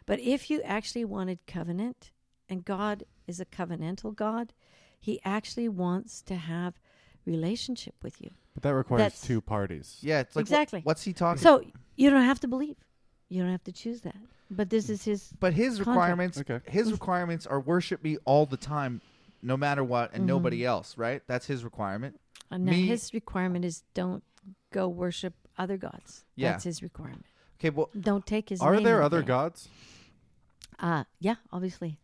But if you actually wanted covenant, and God is a covenantal God, He actually wants to have relationship with you. But that requires That's- two parties. Yeah, it's like wh- Exactly. what's he talking? So you don't have to believe. You don't have to choose that. But this is his. but his Contract. requirements, Okay. his requirements are worship me all the time, no matter what, Mm-hmm. and nobody else. Right? That's his requirement. uh, now Me- his requirement is don't go worship other gods. Yeah. That's his requirement. Okay. Well, Don't take his. Are name there in other vain. gods? Uh, yeah, obviously.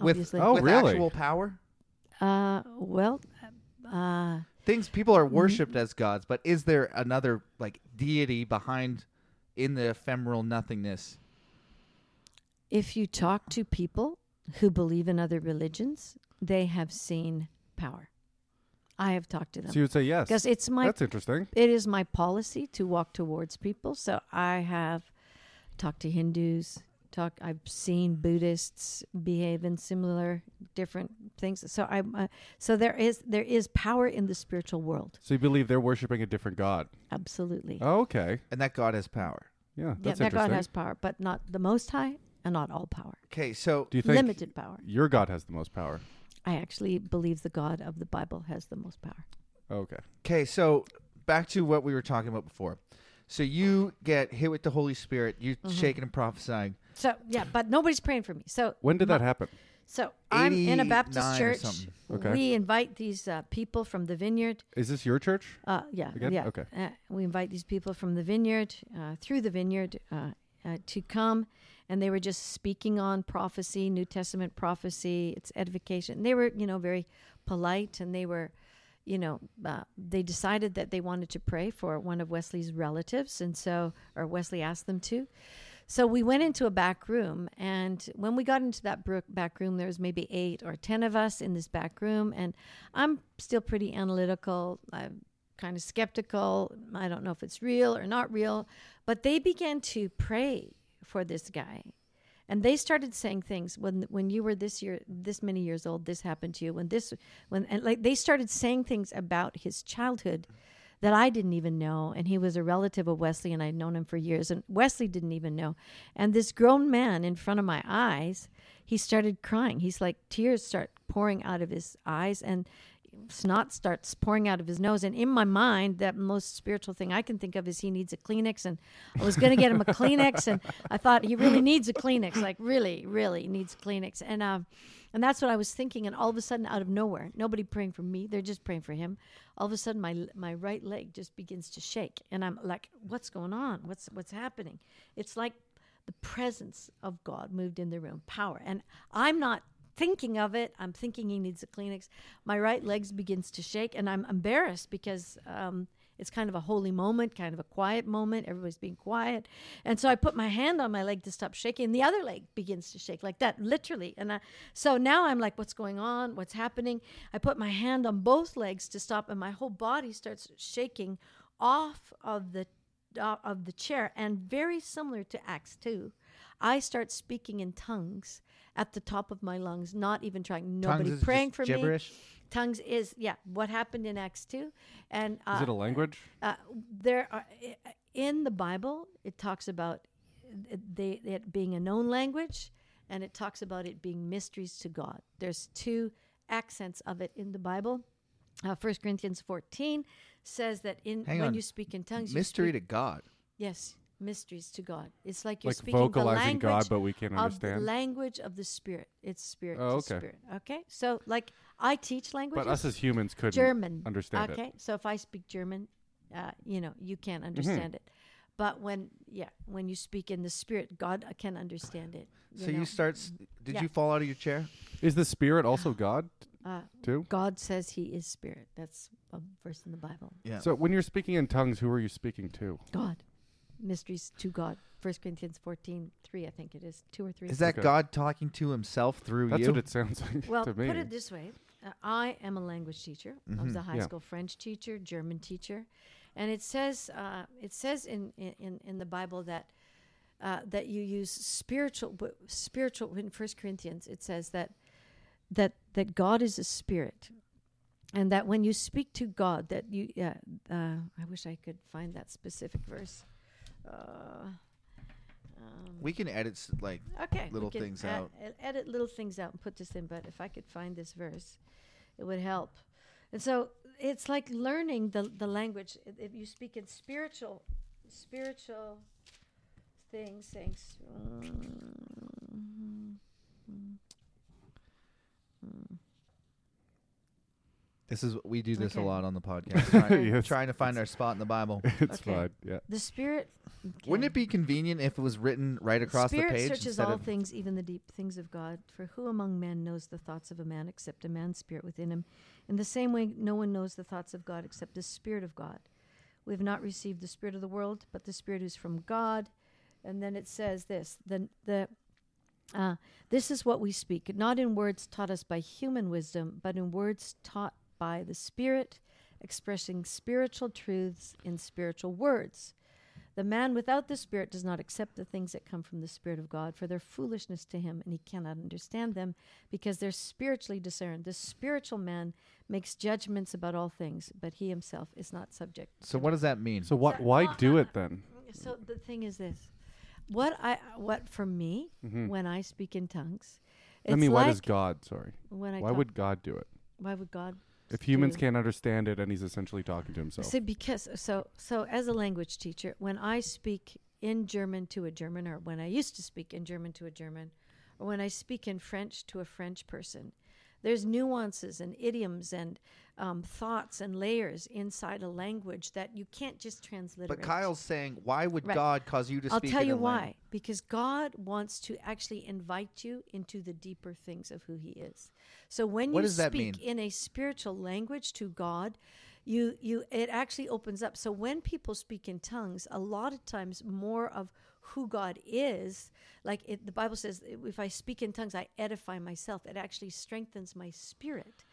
with Obviously. Oh, with really? actual power, Uh, well, uh, things people are worshipped as gods. But is there another like deity behind in the ephemeral nothingness? if you talk to people who believe in other religions, they have seen power. I have talked to them So you would say yes. because it's my That's interesting. it is my policy to walk towards people. So I have talked to Hindus, talk. I've seen Buddhists behave in similar, different things. So I, uh, so there is there is power in the spiritual world. So you believe they're worshiping a different god? Absolutely, Oh, okay. and that God has power. Yeah, yeah. that's That interesting. God has power, but not the Most High and not all power. Okay, so Do you think Limited power. Your god has the most power. I actually believe the God of the Bible has the most power. Okay. okay, so back to what we were talking about before. So you get hit with the Holy Spirit. You're Mm-hmm. shaking and prophesying. So yeah, but nobody's praying for me. So When did that happen? So I'm in a 89 or Baptist church. something. Okay. We invite these uh, people from the vineyard. Is this your church? Uh, yeah, Again? yeah. Okay. Uh, we invite these people from the vineyard uh, through the vineyard uh, uh, to come, and they were just speaking on prophecy, New Testament prophecy, its edification. They were, you know, very polite, and they were, you know, uh, they decided that they wanted to pray for one of Wesley's relatives, and so, or Wesley asked them to. So we went into a back room, and when we got into that bro- back room, there was maybe eight or ten of us in this back room, and I'm still pretty analytical. I'm kind of skeptical. I don't know if it's real or not real, but they began to pray for this guy, and they started saying things when when you were this year, this many years old, this happened to you. When this, when and like they started saying things about his childhood that I didn't even know. And he was a relative of Wesley, and I'd known him for years. And Wesley didn't even know. And this grown man in front of my eyes, he started crying. He's like, tears start pouring out of his eyes, and snot starts pouring out of his nose. And in my mind, that most spiritual thing I can think of is he needs a Kleenex. And I was going to get him a Kleenex, and I thought he really needs a Kleenex, like really, really needs Kleenex. And um, and that's what I was thinking. And all of a sudden, out of nowhere, nobody praying for me, they're just praying for him. All of a sudden, my my right leg just begins to shake, and I'm like, "What's going on? What's what's happening?" It's like the presence of God moved in the room, power. And I'm not thinking of it. I'm thinking he needs a Kleenex. My right legs begins to shake, and I'm embarrassed because um, it's kind of a holy moment, kind of a quiet moment. Everybody's being quiet, and so I put my hand on my leg to stop shaking. And the other leg begins to shake like that, literally. And I, so now I'm like, what's going on? What's happening? I put my hand on both legs to stop, and my whole body starts shaking off of the uh, of the chair and very similar to acts 2 i start speaking in tongues at the top of my lungs not even trying nobody Tongues is praying just for gibberish. me tongues is yeah what happened in acts 2 and uh, Is it a language? uh, there are i- in the Bible it talks about it- they, it being a known language, and it talks about it being mysteries to God. There's two accents of it in the Bible. Uh, 1 Corinthians 14 says that in Hang when on. you speak in tongues, you Mystery speak- to God. yes, mysteries to God. It's like you're Like speaking the vocalizing language God, but we can't of the understand. language of the Spirit. It's spirit Oh, to okay. spirit. Okay, so like I teach languages. But us as humans couldn't German. understand okay? it. Mm-hmm. so if I speak German, uh, you know, you can't understand it. But when, yeah, when you speak in the spirit, God can understand it. so know. you start. s- Did Yeah. you fall out of your chair? Is the spirit also God Uh, too? God says He is spirit. That's a verse in the Bible. Yeah. So when you're speaking in tongues, who are you speaking to? God, mysteries to God. First Corinthians 14, 3, I think it is two or three. is that Okay. God talking to Himself through That's you? what it sounds like well, to me. Mm-hmm. put it this way: uh, I am a language teacher. I was a high Yeah. school French teacher, German teacher, and it says uh, it says in, in in the Bible that uh, that you use spiritual w- spiritual in First Corinthians. It says that that that God is a spirit, and that when you speak to God, that you yeah. Uh, I wish I could find that specific verse. Uh, um, we can edit s- like Okay. we little can things ed- out. ed- Edit little things out and put this in. But if I could find this verse, it would help. And so it's like learning the, the language. If- If you speak in spiritual, spiritual things, mm-hmm. things. this is we do this Okay. a lot on the podcast. Trying, Yes. trying to find our spot in the Bible. it's Okay. fine. Yeah. The spirit. Wouldn't okay. it be convenient if it was written right across Spirit the page searches instead all of things, even the deep things of God. For who among men knows the thoughts of a man except a man's spirit within him? In the same way, no one knows the thoughts of God except the Spirit of God. We have not received the Spirit of the world, but the Spirit who's from God. And then it says this: the the uh, this is what we speak, not in words taught us by human wisdom, but in words taught by the Spirit, expressing spiritual truths in spiritual words. The man without the Spirit does not accept the things that come from the Spirit of God, for they're foolishness to him, and he cannot understand them because they're spiritually discerned. The spiritual man makes judgments about all things, but he himself is not subject. So what does that mean? So why So- why well, do I- it then? So the thing is this: what I what for me when I speak in tongues, Mm-hmm. it's I mean, like why does God? Sorry, when I why talk- would God do it? why would God? If humans do- can't understand it, and he's essentially talking to himself. So because so so as a language teacher, when I speak in German to a German, or when I used to speak in German to a German, or when I speak in French to a French person, there's nuances and idioms and um, thoughts and layers inside a language that you can't just transliterate. But Kyle's saying, why would Right. God cause you to I'll speak? tell in you a why. lang- Because God wants to actually invite you into the deeper things of who He is. So when What you does that speak mean? in a spiritual language to God, you you it actually opens up. So when people speak in tongues, a lot of times more of who God is, like it, the Bible says, if I speak in tongues, I edify myself. It actually strengthens my spirit,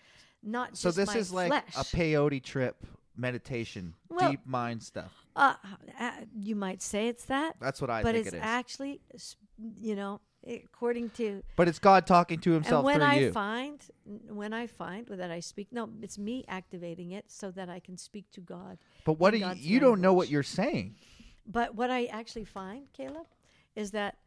not So just this my is like a flesh. peyote trip meditation, Well- deep mind stuff. Uh, uh, you might say it's that. That's what I but think it's it is. actually, s- you know, according to. but it's God talking to And himself when through I you. find, when I find that I speak, no, it's me activating it so that I can speak to God. but what in do you, God's you don't know what language. you're saying. But what I actually find, Caleb, is that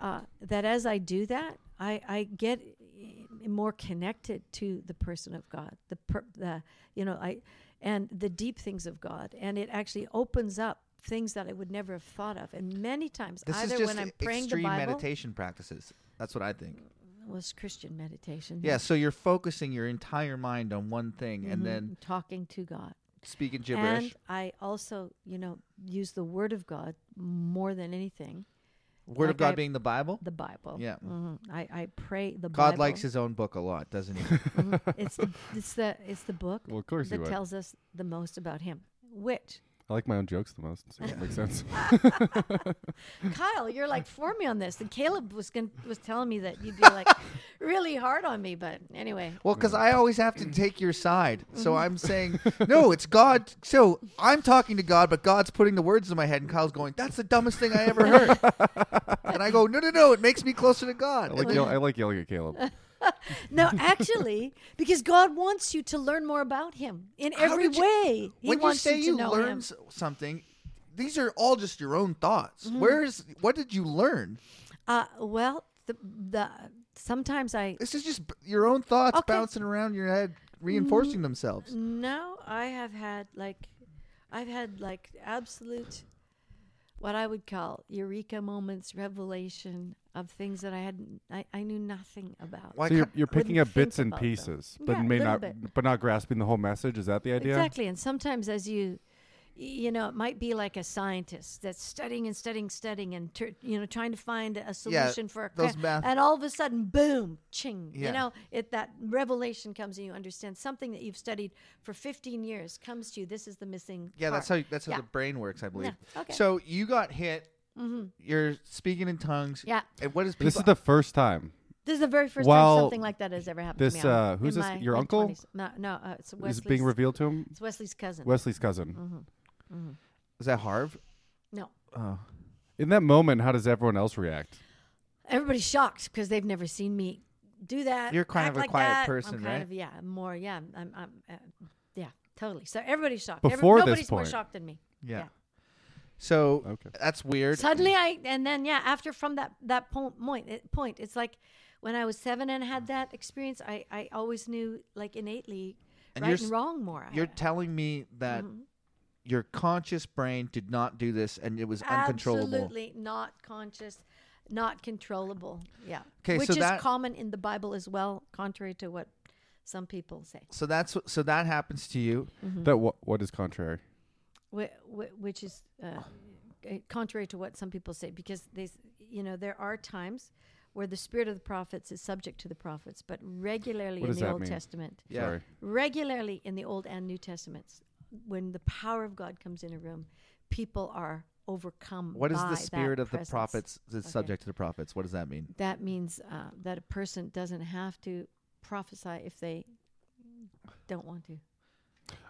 uh, that as I do that, I, I get i- more connected to the person of God, the per, the you know I and the deep things of God, and it actually opens up things that I would never have thought of. And many times, This either is just when I'm e- praying the extreme Bible, Mm-hmm. meditation practices. That's what I think. was Christian meditation. Yeah, so you're focusing your entire mind on one thing and then talking to God. speaking gibberish. Mm-hmm. And I also, you know, use the Word of God more than anything. Word of like God I- being the Bible. The Bible. Yeah. Mhm. I, I pray the God Bible. likes his own book a lot, doesn't he? It's the, it's the it's the book Well, of course he that would. tells us the most about Him. Which I like my own jokes the most. So it makes sense. Kyle, you're like for me on this. And Caleb was going was telling me that you'd be like really hard on me, but anyway. Well, because I always have Mm-hmm. to take your side. So I'm saying, no, it's God. So I'm talking to God, but God's putting the words in my head, and Kyle's going, that's the dumbest thing I ever heard. and I go, no, no, no, it makes me closer to God. I like, yell- I like yelling at Caleb. No, actually, because God wants you to learn more about Him in How every did you- way. He when you wants say to you know learn Him. s- something, these are all just your own thoughts. Mm-hmm. Where's what did you learn? Uh, well, the, the sometimes I This is just b- your own thoughts Okay. Mm. bouncing around your head, reinforcing themselves. no, I have had like, I've had like absolute, what I would call eureka moments, revelation of things that I hadn't, I, I knew nothing about. Why So you're, can't- you're picking wouldn't up bits think and about them. pieces, but Yeah, may little not, bit. but not grasping the whole message. Is that the idea? Exactly. And sometimes as you, you know, it might be like a scientist that's studying and studying, studying, and tur you know, trying to find a solution for a those cra- math- and all of a sudden, boom, ching. Yeah. You know, it that revelation comes and you understand something that you've studied for 15 years comes to you. This is the missing. Yeah, that's part. how that's how Yeah. the brain works, I believe. Yeah, okay. Mm-hmm. So you got hit. You're speaking in tongues. Yeah. And what is people? This is the first time. This is the very first Well, time something like that has ever happened. this, to me. uh, who's in this- my your mid- uncle? 20s. No, no, uh, it's Is Wesley's. it being revealed to him? It's Wesley's cousin. Mm-hmm. Wesley's cousin. is that Harv? no, Oh. In that moment, how does everyone else react? everybody's shocked because they've never seen me do that. You're kind act of a like quiet that. person, I'm kind right? Of, yeah, I'm more. Yeah, I'm. I'm, I'm uh, yeah, totally. So everybody's shocked. Before this nobody's more point. shocked than me. Yeah. Yeah. So Okay. that's weird. Suddenly, I and then yeah. After from that that po- point it, point, it's like when I was seven and had that experience, I I always knew like innately And you're right s- and wrong more. I- You're telling me that Mm-hmm. your conscious brain did not do this and it was uncontrollable. Absolutely not conscious, not controllable. Yeah. 'Kay, Which so is that- common in the Bible as well, contrary to what some people say. So that's wh- so that happens to you. Mm-hmm. That wha what is contrary? Wh- wh- which is uh, eh, contrary to what some people say, because they, s- you know, there are times where the spirit of the prophets is subject to the prophets, but regularly What in does the that Old mean? Testament, Yeah. Sorry. regularly in the Old and New Testaments, when the power of God comes in a room, people are overcome. What is by the that spirit of presence. the prophets? The subject to the prophets. What does that mean? that means uh, that a person doesn't have to prophesy if they don't want to.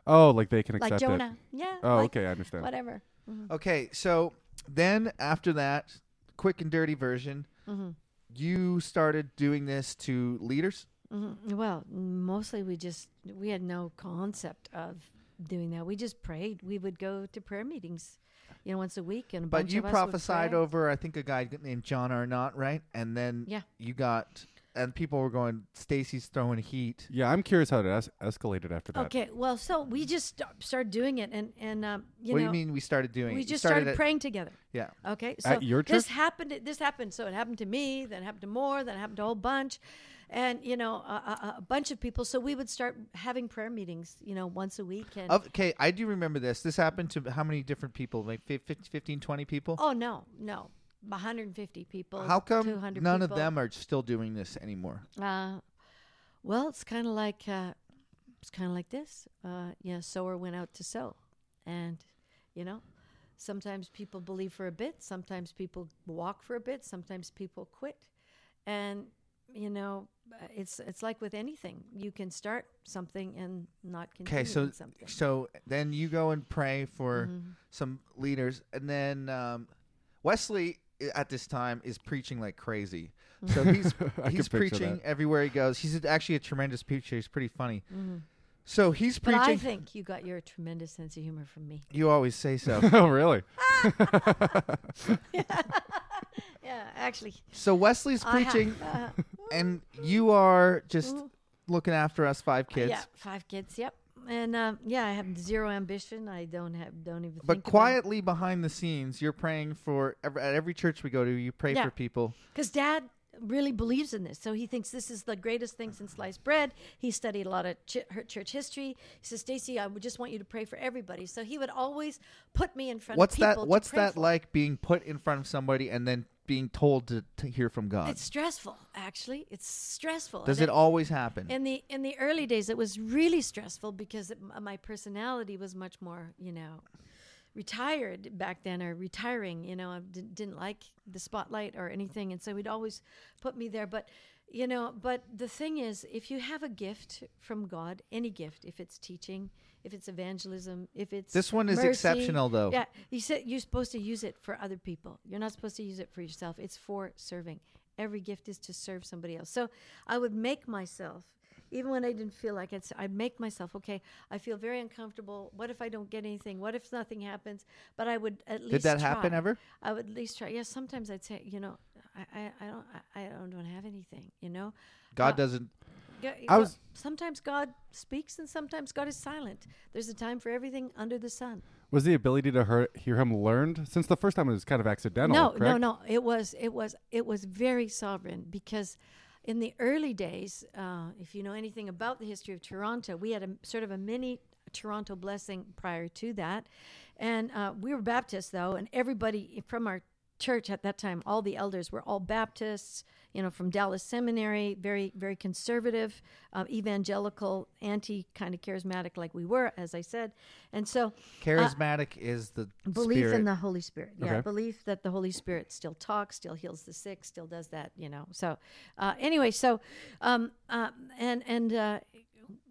Oh, like they can accept Like it. Jonah. Yeah. Oh, like okay, I understand. Whatever. Okay, so then after that, quick and dirty version, Mm-hmm. you started doing this to leaders. Mhm. Well, mostly we just we had no concept of doing that. We just prayed. We would go to prayer meetings, you know, once a week, and a But bunch you of us prophesied would pray. over, I think, a guy named John Arnott, right? And then Yeah. you got, and people were going, Stacy's throwing heat. Yeah, I'm curious how it es- escalated after that. Okay, well, so we just st- started doing it, and and um, you what know, do you mean we started doing? it? we You just started, at- praying together. Yeah. Okay, so At your this church? happened. This happened. So it happened to me. Then it happened to more. Then it happened to a whole bunch, and you know, a, a, a bunch of people. So we would start having prayer meetings, you know, once a week. And Of- Okay, I do remember this. This happened to how many different people? Like fif- fif- 15, 20 people? oh no, no, 150 people. how come 200 none of people. them are still doing this anymore? Uh, well, it's kind of like uh, it's kind of like this. Uh, you know, sower went out to sow, and you know, sometimes people believe for a bit, sometimes people walk for a bit, sometimes people quit, and you know, uh, it's it's like with anything. You can start something and not continue Okay, so with something. so then you go and pray for Mm-hmm. some leaders, and then um, Wesley i- at this time is preaching like crazy. So he's I he's can picture preaching everywhere he goes. He's actually a tremendous preacher. He's pretty funny. So he's Mm-hmm. But I preaching. think you got your tremendous sense of humor from me. you always say so. oh, really? Yeah, actually, so Wesley's I have- preaching, uh, and you are just looking after us five kids. Yeah, five kids. Yep. And um, yeah, I have zero ambition. I don't have, don't even. But think quietly behind the scenes, you're praying for ev- at every church we go to. You pray Yeah. for people. because Dad really believes in this, so he thinks this is the greatest thing since sliced bread. He studied a lot of ch- her church history. He says, "Stacy, I would just want you to pray for everybody." So he would always put me in front What's of people. that? to What's pray that for. like? Being put in front of somebody and then being told to, to hear from God. It's stressful, actually. It's stressful. Does And it always happen? in the in the early days it was really stressful because it, m- my personality was much more you know retired back then or retiring you know i d- didn't like the spotlight or anything and so he'd always put me there but you know but the thing is if you have a gift from god any gift if it's teaching if it's evangelism if it's This one is mercy- exceptional, though. yeah you said you're supposed to use it for other people you're not supposed to use it for yourself it's for serving every gift is to serve somebody else so i would make myself even when i didn't feel like it i'd make myself okay i feel very uncomfortable what if i don't get anything what if nothing happens but i would at least Did that happen try. ever? I would at least try. Yeah, sometimes I'd say, you know, I, I, I don't, I, I don't, don't have anything. You know, God Uh, doesn't. Go- I well, was- sometimes God speaks and sometimes God is silent. There's a time for everything under the sun. Was the ability to hear, hear him learned since the first time it was kind of accidental? No, no, correct? no. It was, it was, it was very sovereign because in the early days, uh, if you know anything about the history of Toronto, we had a m- sort of a mini Toronto blessing prior to that, and uh, we were Baptists though, and everybody from our church at that time, all the elders were all Baptists, you know, from Dallas Seminary, very, very conservative, uh, evangelical, anti kind of charismatic, like we were, as I said. And so, Charismatic is the belief spirit. uh, in the holy spirit yeah Okay. belief that the holy spirit still talks still heals the sick still does that you know so uh, anyway so um, um, and and uh,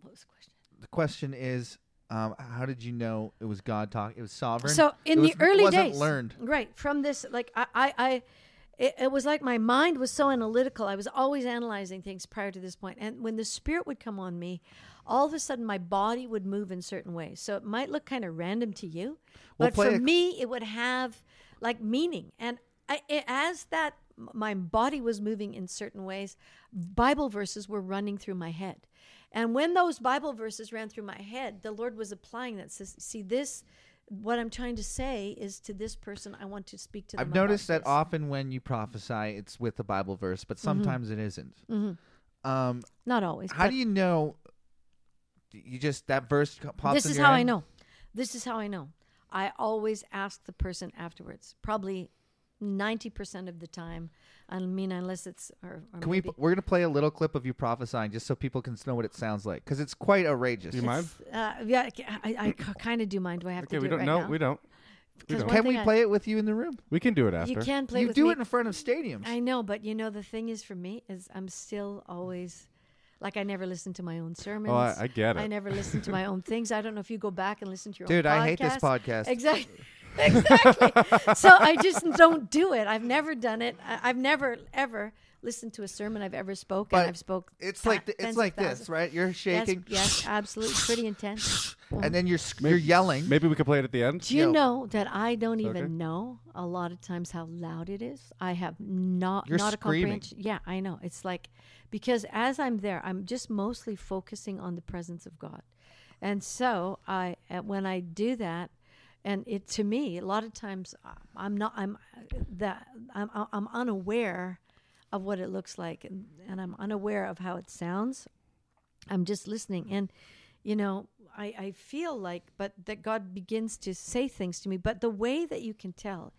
what was the question the question is, um, how did you know it was God talking? It was sovereign. So in It the was- early it wasn't days, learned. right from this, like I, I, I it, it was like my mind was so analytical. I was always analyzing things prior to this point, and when the spirit would come on me, all of a sudden my body would move in certain ways. So it might look kind of random to you, We'll but play for a- me, it would have like meaning. And I, i as that m- my body was moving in certain ways, Bible verses were running through my head. And when those Bible verses ran through my head, the Lord was applying that. Says, See, this, what I'm trying to say is to this person, I want to speak to them. I've about noticed that this. often when you prophesy, it's with a Bible verse, Mm-hmm. but sometimes it isn't. Um, Not always. how but do you know? You just that verse co- pops. this in is your how I head? know. This is how I know. I always ask the person afterwards. Probably 90% of the time. I mean, unless it's. Or, or Can we? maybe, p- We're gonna play a little clip of you prophesying just so people can know what it sounds like because it's quite outrageous. Do you mind? Uh, yeah, I, ca- I, kind of do mind. Do I have Okay, to do we it don't right know. now? We don't. We Because don't. one Can thing we I- play it with you in the room? We can do it after. You can play You with do me. it in front of stadiums. I know, but you know the thing is for me is I'm still always Like I never listened to my own sermons. Oh, I, I get it. I never listened to my own things. I don't know if you go back and listen to your Dude, own podcast. I hate this podcast. Exactly. exactly. so I just don't do it. I've never done it. I, I've never ever listened to a sermon I've ever spoken. But I've spoke. It's ta- like th- tens it's of like thousands. this, right? You're Yes, shaking, Yes, absolutely. Pretty intense. and then you're sc- Maybe- you're yelling. Maybe we could play it at the end. Do you Yo. know that I don't even Okay. know a lot of times how loud it is? I have not You're screaming. not a comprehension. Yeah, I know. It's like because as I'm there, I'm just mostly focusing on the presence of God, and so I uh, when I do that, and it to me a lot of times uh, I'm not I'm uh, that I'm I'm unaware of what it looks like, and, and I'm unaware of how it sounds. I'm just listening. And, you know, I, I feel like, but that God begins to say things to me. But the way that you can tell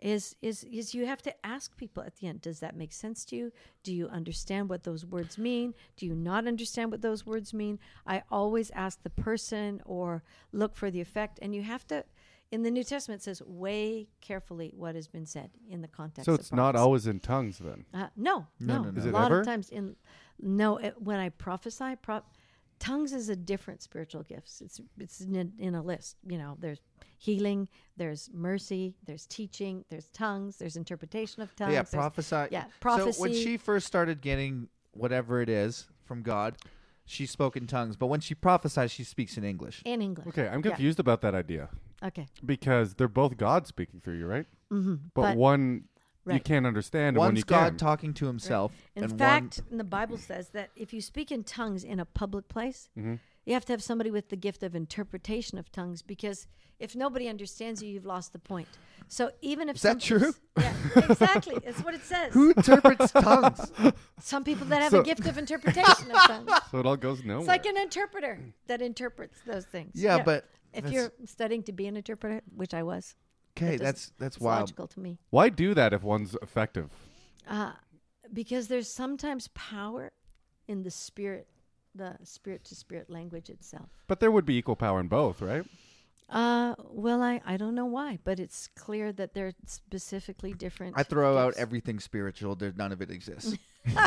is is is you have to ask people at the end does that make sense to you do you understand what those words mean do you not understand what those words mean i always ask the person or look for the effect and you have to in the new testament it says weigh carefully what has been said in the context So of it's not prophecy. always in tongues then. Uh, no, No, no, no, no. Is A it lot ever? of times in no, it, when I prophesy, prop, tongues is a different spiritual gifts. It's it's in a, in a list. You know, there's healing, there's mercy, there's teaching, there's tongues, there's interpretation of tongues. yeah, there's- prophesy. yeah, So when prophecy. she first started getting whatever it is from God, she spoke in tongues. But when she prophesies, she speaks in English. in English. Okay, I'm Yeah. confused about that idea Okay, because they're both God speaking through you, right? mm-hmm. But, one you Right. can't understand and one One's you God can. talking to himself, In and fact, and the Bible says that if you speak in tongues in a public place, Mm-hmm. you have to have somebody with the gift of interpretation of tongues because if nobody understands you, you've lost the point. So even if Is that something- true? Yeah, exactly. It's what it one says. who interprets tongues. Some people that have So- a gift of interpretation of tongues. So it all goes nowhere. It's like an interpreter that interprets those things. Yeah, but if that's- you're studying to be an interpreter, which I was, Okay, doesn't- that's that's it's wild. logical to me. Why do that if one's effective? uh, because there's sometimes power in the spirit, the spirit to spirit language itself. But there would be equal power in both, right? Uh, well, I, I don't know why, but it's clear that they're specifically different. I throw out gifts. everything spiritual. There's none of it exists.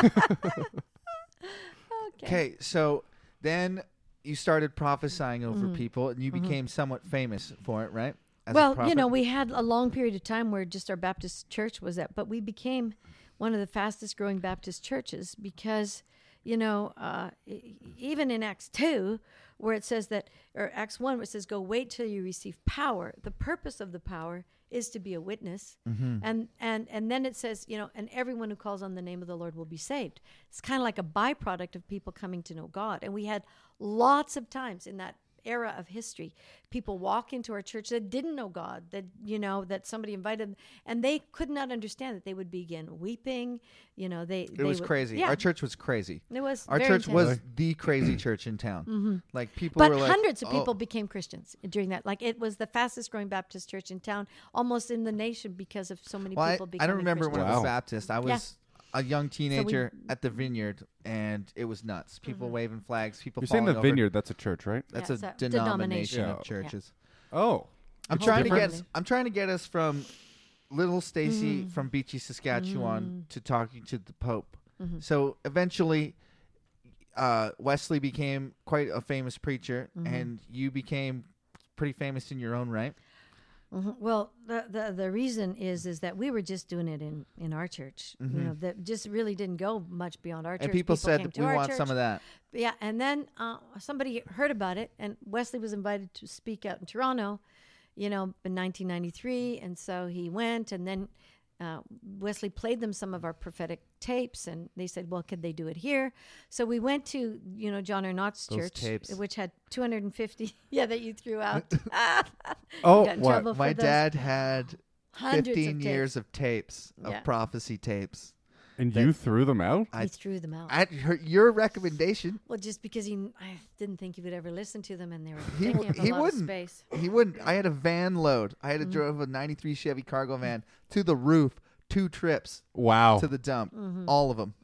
Okay. Okay, so then you started prophesying over people, and you became somewhat famous for it, right? As a Mm-hmm. Well, you prophet? know, we had a long period of time where just our Baptist church was at, but we became one of the fastest growing Baptist churches because, you know, uh, e- even in Acts 2, where it says that, or Acts 1, where it says, go wait till you receive power, the purpose of the power is to be a witness. Mm-hmm. And, and, and then it says, you know, and everyone who calls on the name of the Lord will be saved. It's kind of like a byproduct of people coming to know God. And we had lots of times in that era of history people walk into our church that didn't know god that you know that somebody invited them and they could not understand that they would begin weeping you know they it was crazy. yeah, Our church was crazy. it was Our very church intense. was the crazy church in town. Like people but were like hundreds of "Oh." people became christians during that like it was the fastest growing baptist church in town almost in the nation because of so many Well, I, people I becoming don't remember when christians. I was Wow. Baptist. I was a young teenager at the vineyard, and it was nuts. People waving flags, people. You're saying falling the over. vineyard, that's a church, right? That's Mm-hmm. Yeah, a it's a denomination, denomination. of Yeah. churches. Oh. I'm It's trying to get. different? us- I'm trying to get us from little Mm. Stacy from Beachy, Saskatchewan, to talking to the Pope. Mm-hmm. So eventually, uh, Wesley became quite a famous preacher, Mm-hmm. and you became pretty famous in your own right. Mhm. Well, the, the the reason is is that we were just doing it in in our church. You know, that just really didn't go much beyond our church. Mm-hmm. And people, came said to we our want church. some of that. Yeah, and then uh, somebody heard about it, and Wesley was invited to speak out in Toronto, you know, in 1993, and so he went, and then uh, Wesley played them some of our prophetic tapes, and they said, "Well, could they do it here?" So we went to you know John Arnott's Those church, tapes. which had 250, yeah, that you threw out. Oh, got in what? trouble for My those dad had hundreds of 15 tapes. years of tapes of Yeah. prophecy tapes. And you threw them out? I- he threw them out. At her, your recommendation, well, just because he, I didn't think he would ever listen to them, and they were He taking w- up a he lot wouldn't. of space. he wouldn't. I had a van load. I had Mm. to drive a '93 Chevy cargo van to the roof, two trips Wow. to the dump, Mm-hmm. all of them.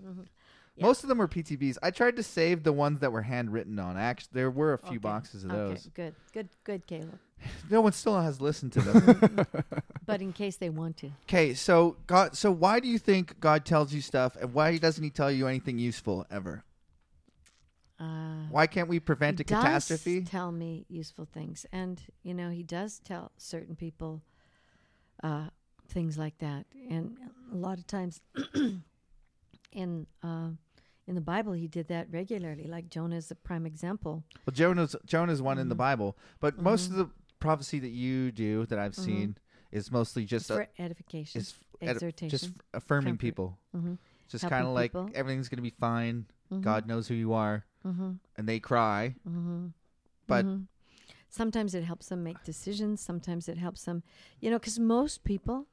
Most of them were PTBs. I tried to save the ones that were handwritten on. Actually, there were a few Okay. boxes of Okay, those. good, good, good, Caleb. No one still has listened to them. But in case they want to. okay, so God, so why do you think God tells you stuff, and why doesn't He tell you anything useful ever? Uh, Why can't we prevent a does catastrophe? Tell me useful things, and you know he does tell certain people uh, things like that, and a lot of times in uh, in the Bible he did that regularly. Like Jonah is a prime example. Well, Jonah's Jonah's one Mm-hmm. in the Bible, but most of the prophecy that you do that Mm-hmm. I've seen is mostly just for a, edification, is at- exhortation. just affirming comfort. people. Mhm. Just Helping kind of like people. Mm-hmm. everything's gonna be fine. God knows who you are, and they cry. Mm-hmm. But Sometimes it helps them make decisions. Sometimes it helps them, you know, because most people.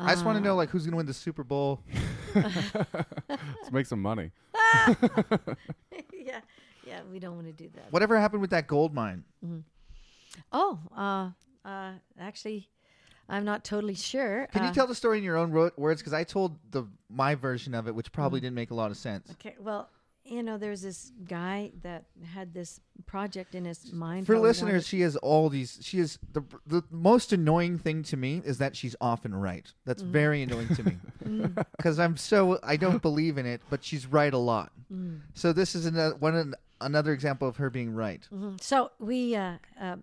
uh, I just want to know like who's gonna win the Super Bowl. Let's make some money. yeah, yeah, we don't want to do that. Whatever happened with that gold mine? Oh, uh, uh, actually, I'm not totally sure. Can Uh, you tell the story in your own ro- words? Because I told the my version of it, which probably Mm-hmm. didn't make a lot of sense. Okay, well, you know, there's this guy that had this project in his mind. For how he listeners, wanted- she has all these. She is the the most annoying thing to me is that she's often right. That's Mm. very annoying to me because I'm so I don't believe in it, but she's right a lot. Mm. So this is another one an- another example of her being right. Mhm. So we, uh, uh,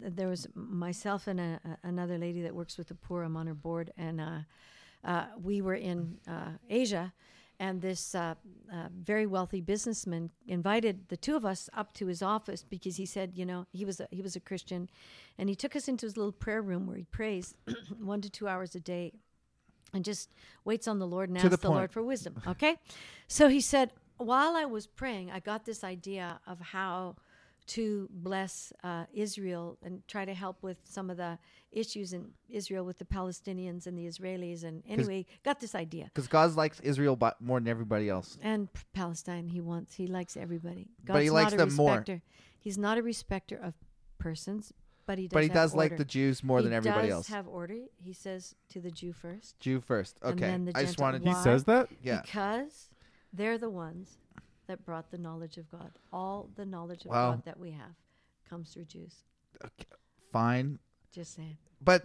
th- there was myself and a, a- another lady that works with the poor. I'm on her board, and uh, uh, we were in uh, Asia, and this uh, uh, very wealthy businessman invited the two of us up to his office because he said, you know, he was a, he was a Christian, and he took us into his little prayer room where he prays one to two hours a day, and just waits on the Lord and To the asks the Lord point. for wisdom. Okay, so he said, while I was praying, I got this idea of how to bless uh, Israel and try to help with some of the issues in Israel with the Palestinians and the Israelis. And anyway, got this idea. Because God likes Israel bu- more than everybody else. And p- Palestine, he wants, he likes everybody. God's But he likes not a them more. respecter. He's not a respecter of persons, but he does. But he have does like order. the Jews more He than everybody does else. Have order. He says to the Jew first. Jew first. and Okay, then the I just Gentile. wanted. He Why? says that? Yeah. Because they're the ones that brought the knowledge of God. All the knowledge of Wow. God that we have comes through Jews. Fine, Just saying. but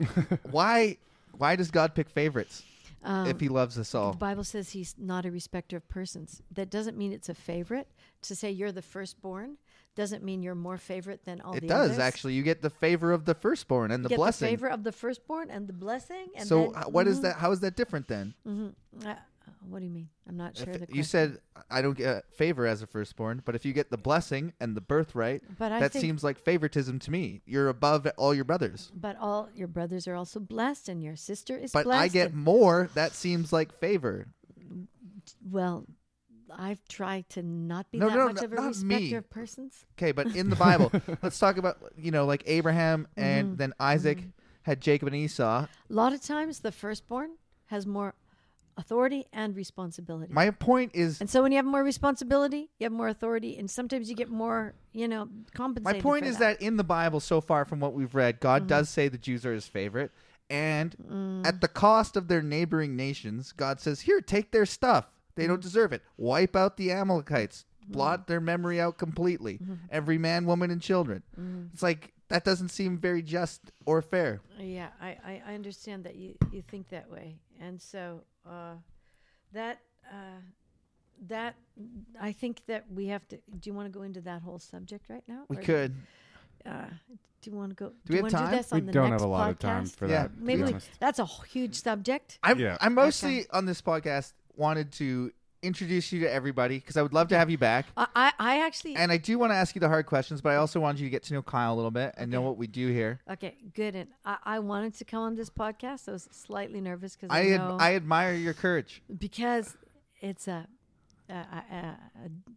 why? Why does God pick favorites Um, if He loves us The all? Bible says he's not a respecter of persons. That doesn't mean it's a favorite. To say you're the firstborn doesn't mean you're more favorite than all It the does others. actually. You get the favor of the firstborn and the You get blessing. the favor of the firstborn and the blessing. And so then- h- what is Mhm. that? How is that different then? Uh, what do you mean? I'm not If sure. the you question. said I don't get uh, favor as a firstborn, but if you get the blessing and the birthright, But I that think- seems like favoritism to me. You're above all your brothers. but all your brothers are also blessed, and your sister is But blessed. I get and- more. That seems like favor. Well, I've tried to not be No, that no, much no, of a not respecter me. of persons. Okay, but in the Bible, let's talk about you know like Abraham and Mm-hmm. then Isaac had Jacob and Esau. A lot of times, the firstborn has more authority and responsibility. My point is and so, when you have more responsibility, you have more authority, and sometimes you get more, you know, My compensated. point for Mm-hmm. is that. in the Bible, so far from what we've read, God does say the Jews are his favorite. And Mm. at the cost of their neighboring nations, God says, Here, take their stuff. They Mm. don't deserve it. Wipe out the Amalekites. Blot their memory out completely. Mm-hmm. Every man, woman, and children. Mm. It's like, that doesn't seem very just or fair. Yeah, I, I, I understand that you, you think that way, and so uh, that uh, that I think that we have to. Do you want to go into that whole subject right now? We Or- could. Uh, do you want to go? Do, we you have wanna time? Do this We on the don't next have a lot of time podcast? for Yeah. that. to be Maybe we, honest. that's a huge subject. I'm, Yeah. I mostly on this podcast wanted to introduce you to everybody because I would love to have you back. I, I, I actually And I do want to ask you the hard questions, but I also wanted you to get to know Kyle a little bit and know Okay. what we do here. okay, good. And I, I wanted to come on this podcast. I was slightly nervous because I, I ad- know I admire your courage. because it's a a, a, a,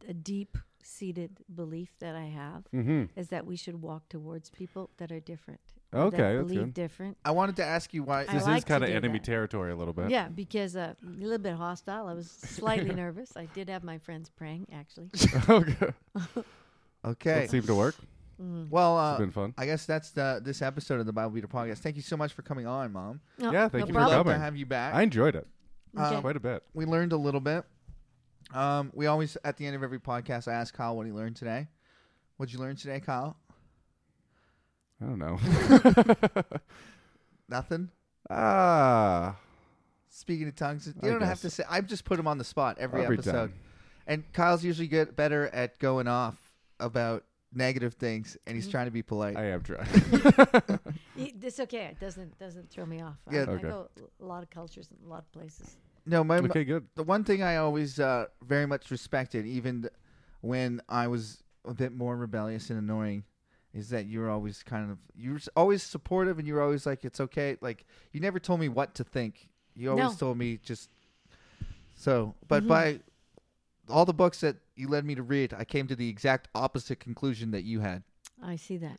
a deep seated belief that I have is that we should walk towards people that are different. or Mm-hmm. Okay, that that's believe good. different. I wanted to ask you why. I This like is to kind of do enemy that. territory a little bit. Yeah, because uh, a little bit hostile. I was slightly nervous. I did have my friends praying actually. okay. okay. That seemed to work. Well, uh, It's been fun. I guess that's the, this episode of the Bible Beater podcast. Thank you so much for coming on, Mom. No, Yeah, thank no you for Uh, We'd problem. love to coming. have you back. I enjoyed it Okay. quite a bit. we learned a little bit. Um, we always at the end of every podcast, I ask Kyle what he learned today. What'd you learn today, Kyle? I don't know. Nothing. Ah, Speaking of tongues, you I don't have guess. to say. I just put him on the spot every, Every episode. time. And Kyle's usually good better at going off about negative things, and Mm-hmm. he's trying to be polite. I am trying. Y- It's okay. It doesn't doesn't throw me off. Yeah. I, I Okay. go a lot of cultures and a lot of places. no, my, okay, good. the one thing I always uh, very much respected, even th- when I was a bit more rebellious and annoying, is that you were always kind of you were s- always supportive, and you were always like, "It's okay." Like you never told me what to think. You always No. told me just so. But by all the books that you led me to read, I came to the exact opposite conclusion that you had. I see that.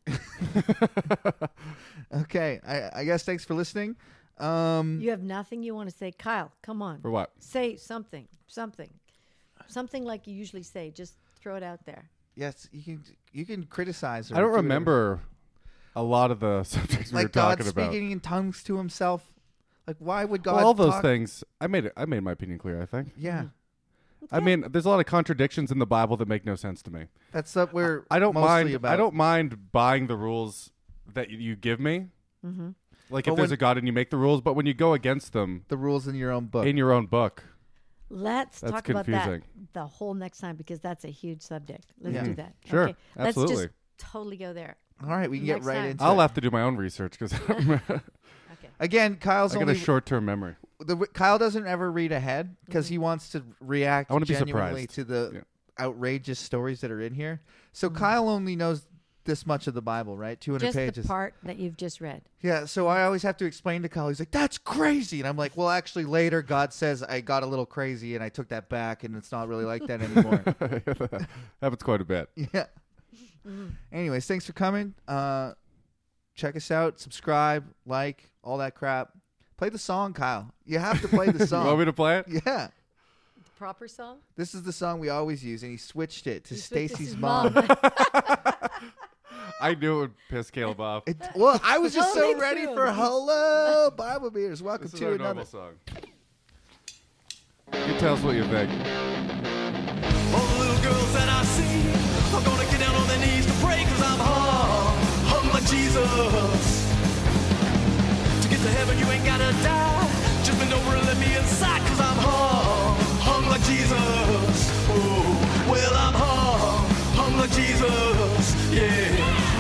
Okay, I, I guess thanks for listening. Um, you have nothing you want to say, Kyle. Come on, For what? say something, something, something like you usually say. Just throw it out there. Yes, you can you can criticize. Or I don't do whatever. remember a lot of the subjects we were like God talking about. speaking in tongues to himself. Like why would God? Well, all those talk- things. I made it. I made my opinion clear. I think. Yeah, I mean, there's a lot of contradictions in the Bible that make no sense to me. that's what we're. I don't mostly mind. About. I don't mind buying the rules that you- you give me. Like Mm-hmm. But if there's when- a God and you make the rules, but when you go against them the rules in your own book. in your own book, Let's That's talk about confusing. that the whole next time because that's a huge subject. Let's Yeah. do that. Sure. Okay. Let's just Absolutely. totally go there. all right, we can get Next right time. into. I'll it. have to do my own research because I Okay. Again, Kyle's got only a short-term memory. the, Kyle doesn't ever read ahead because Mm-hmm. he wants to react I wanna be genuinely surprised. to the Yeah. outrageous stories that are in here. So Kyle only knows this much of the Bible, right? Two hundred Mm-hmm. Just pages. the part that you've just read. Yeah, so I always have to explain to Kyle. He's like, "That's crazy," and I'm like, "Well, actually, later God says I got a little crazy and I took that back, and it's not really like that anymore." Happens quite a bit. yeah. Anyways, thanks for coming. Uh, check us out, subscribe, like, all that crap. Play the song, Kyle. You have to play the You want me song. to play it? yeah, The proper song. this is the song we always use, and he switched it to You switched this Stacy's to mom. I knew it would piss Caleb off. It, well, I was just Oh, so me ready too. for hello, Bible beaters. Welcome This is to our another. normal song. You tell us what you think. All the little girls that I see are gonna get down on their knees to pray cause I'm hung, hung by Jesus. To get to heaven, you ain't gotta die. Just bend over and let me inside cause I'm hung, hung like Jesus. Oh, well, I'm hung, hung like Jesus. Yeah,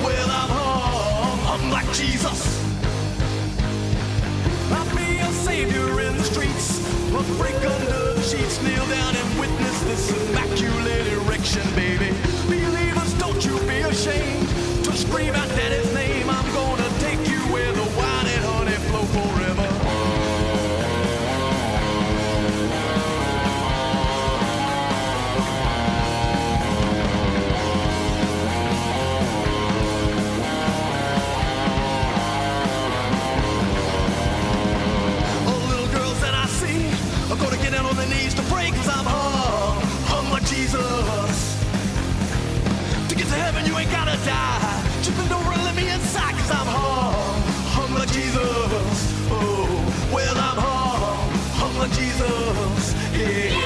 well, I'm hung, hung like Jesus. I'll be a savior in the streets. I'll break under the sheets, kneel down and witness this immaculate erection, baby. Believers, don't you be ashamed to scream out daddy's name. I'm gonna take you where the wine and honey flow forever. All the little girls that I see are gonna get down on their knees to pray cause I'm hung, hung like Jesus. To get to heaven, you ain't gotta die. Just bend over and let me inside cause I'm hung, hung like Jesus. Oh, well, I'm hung, hung like Jesus. Yeah,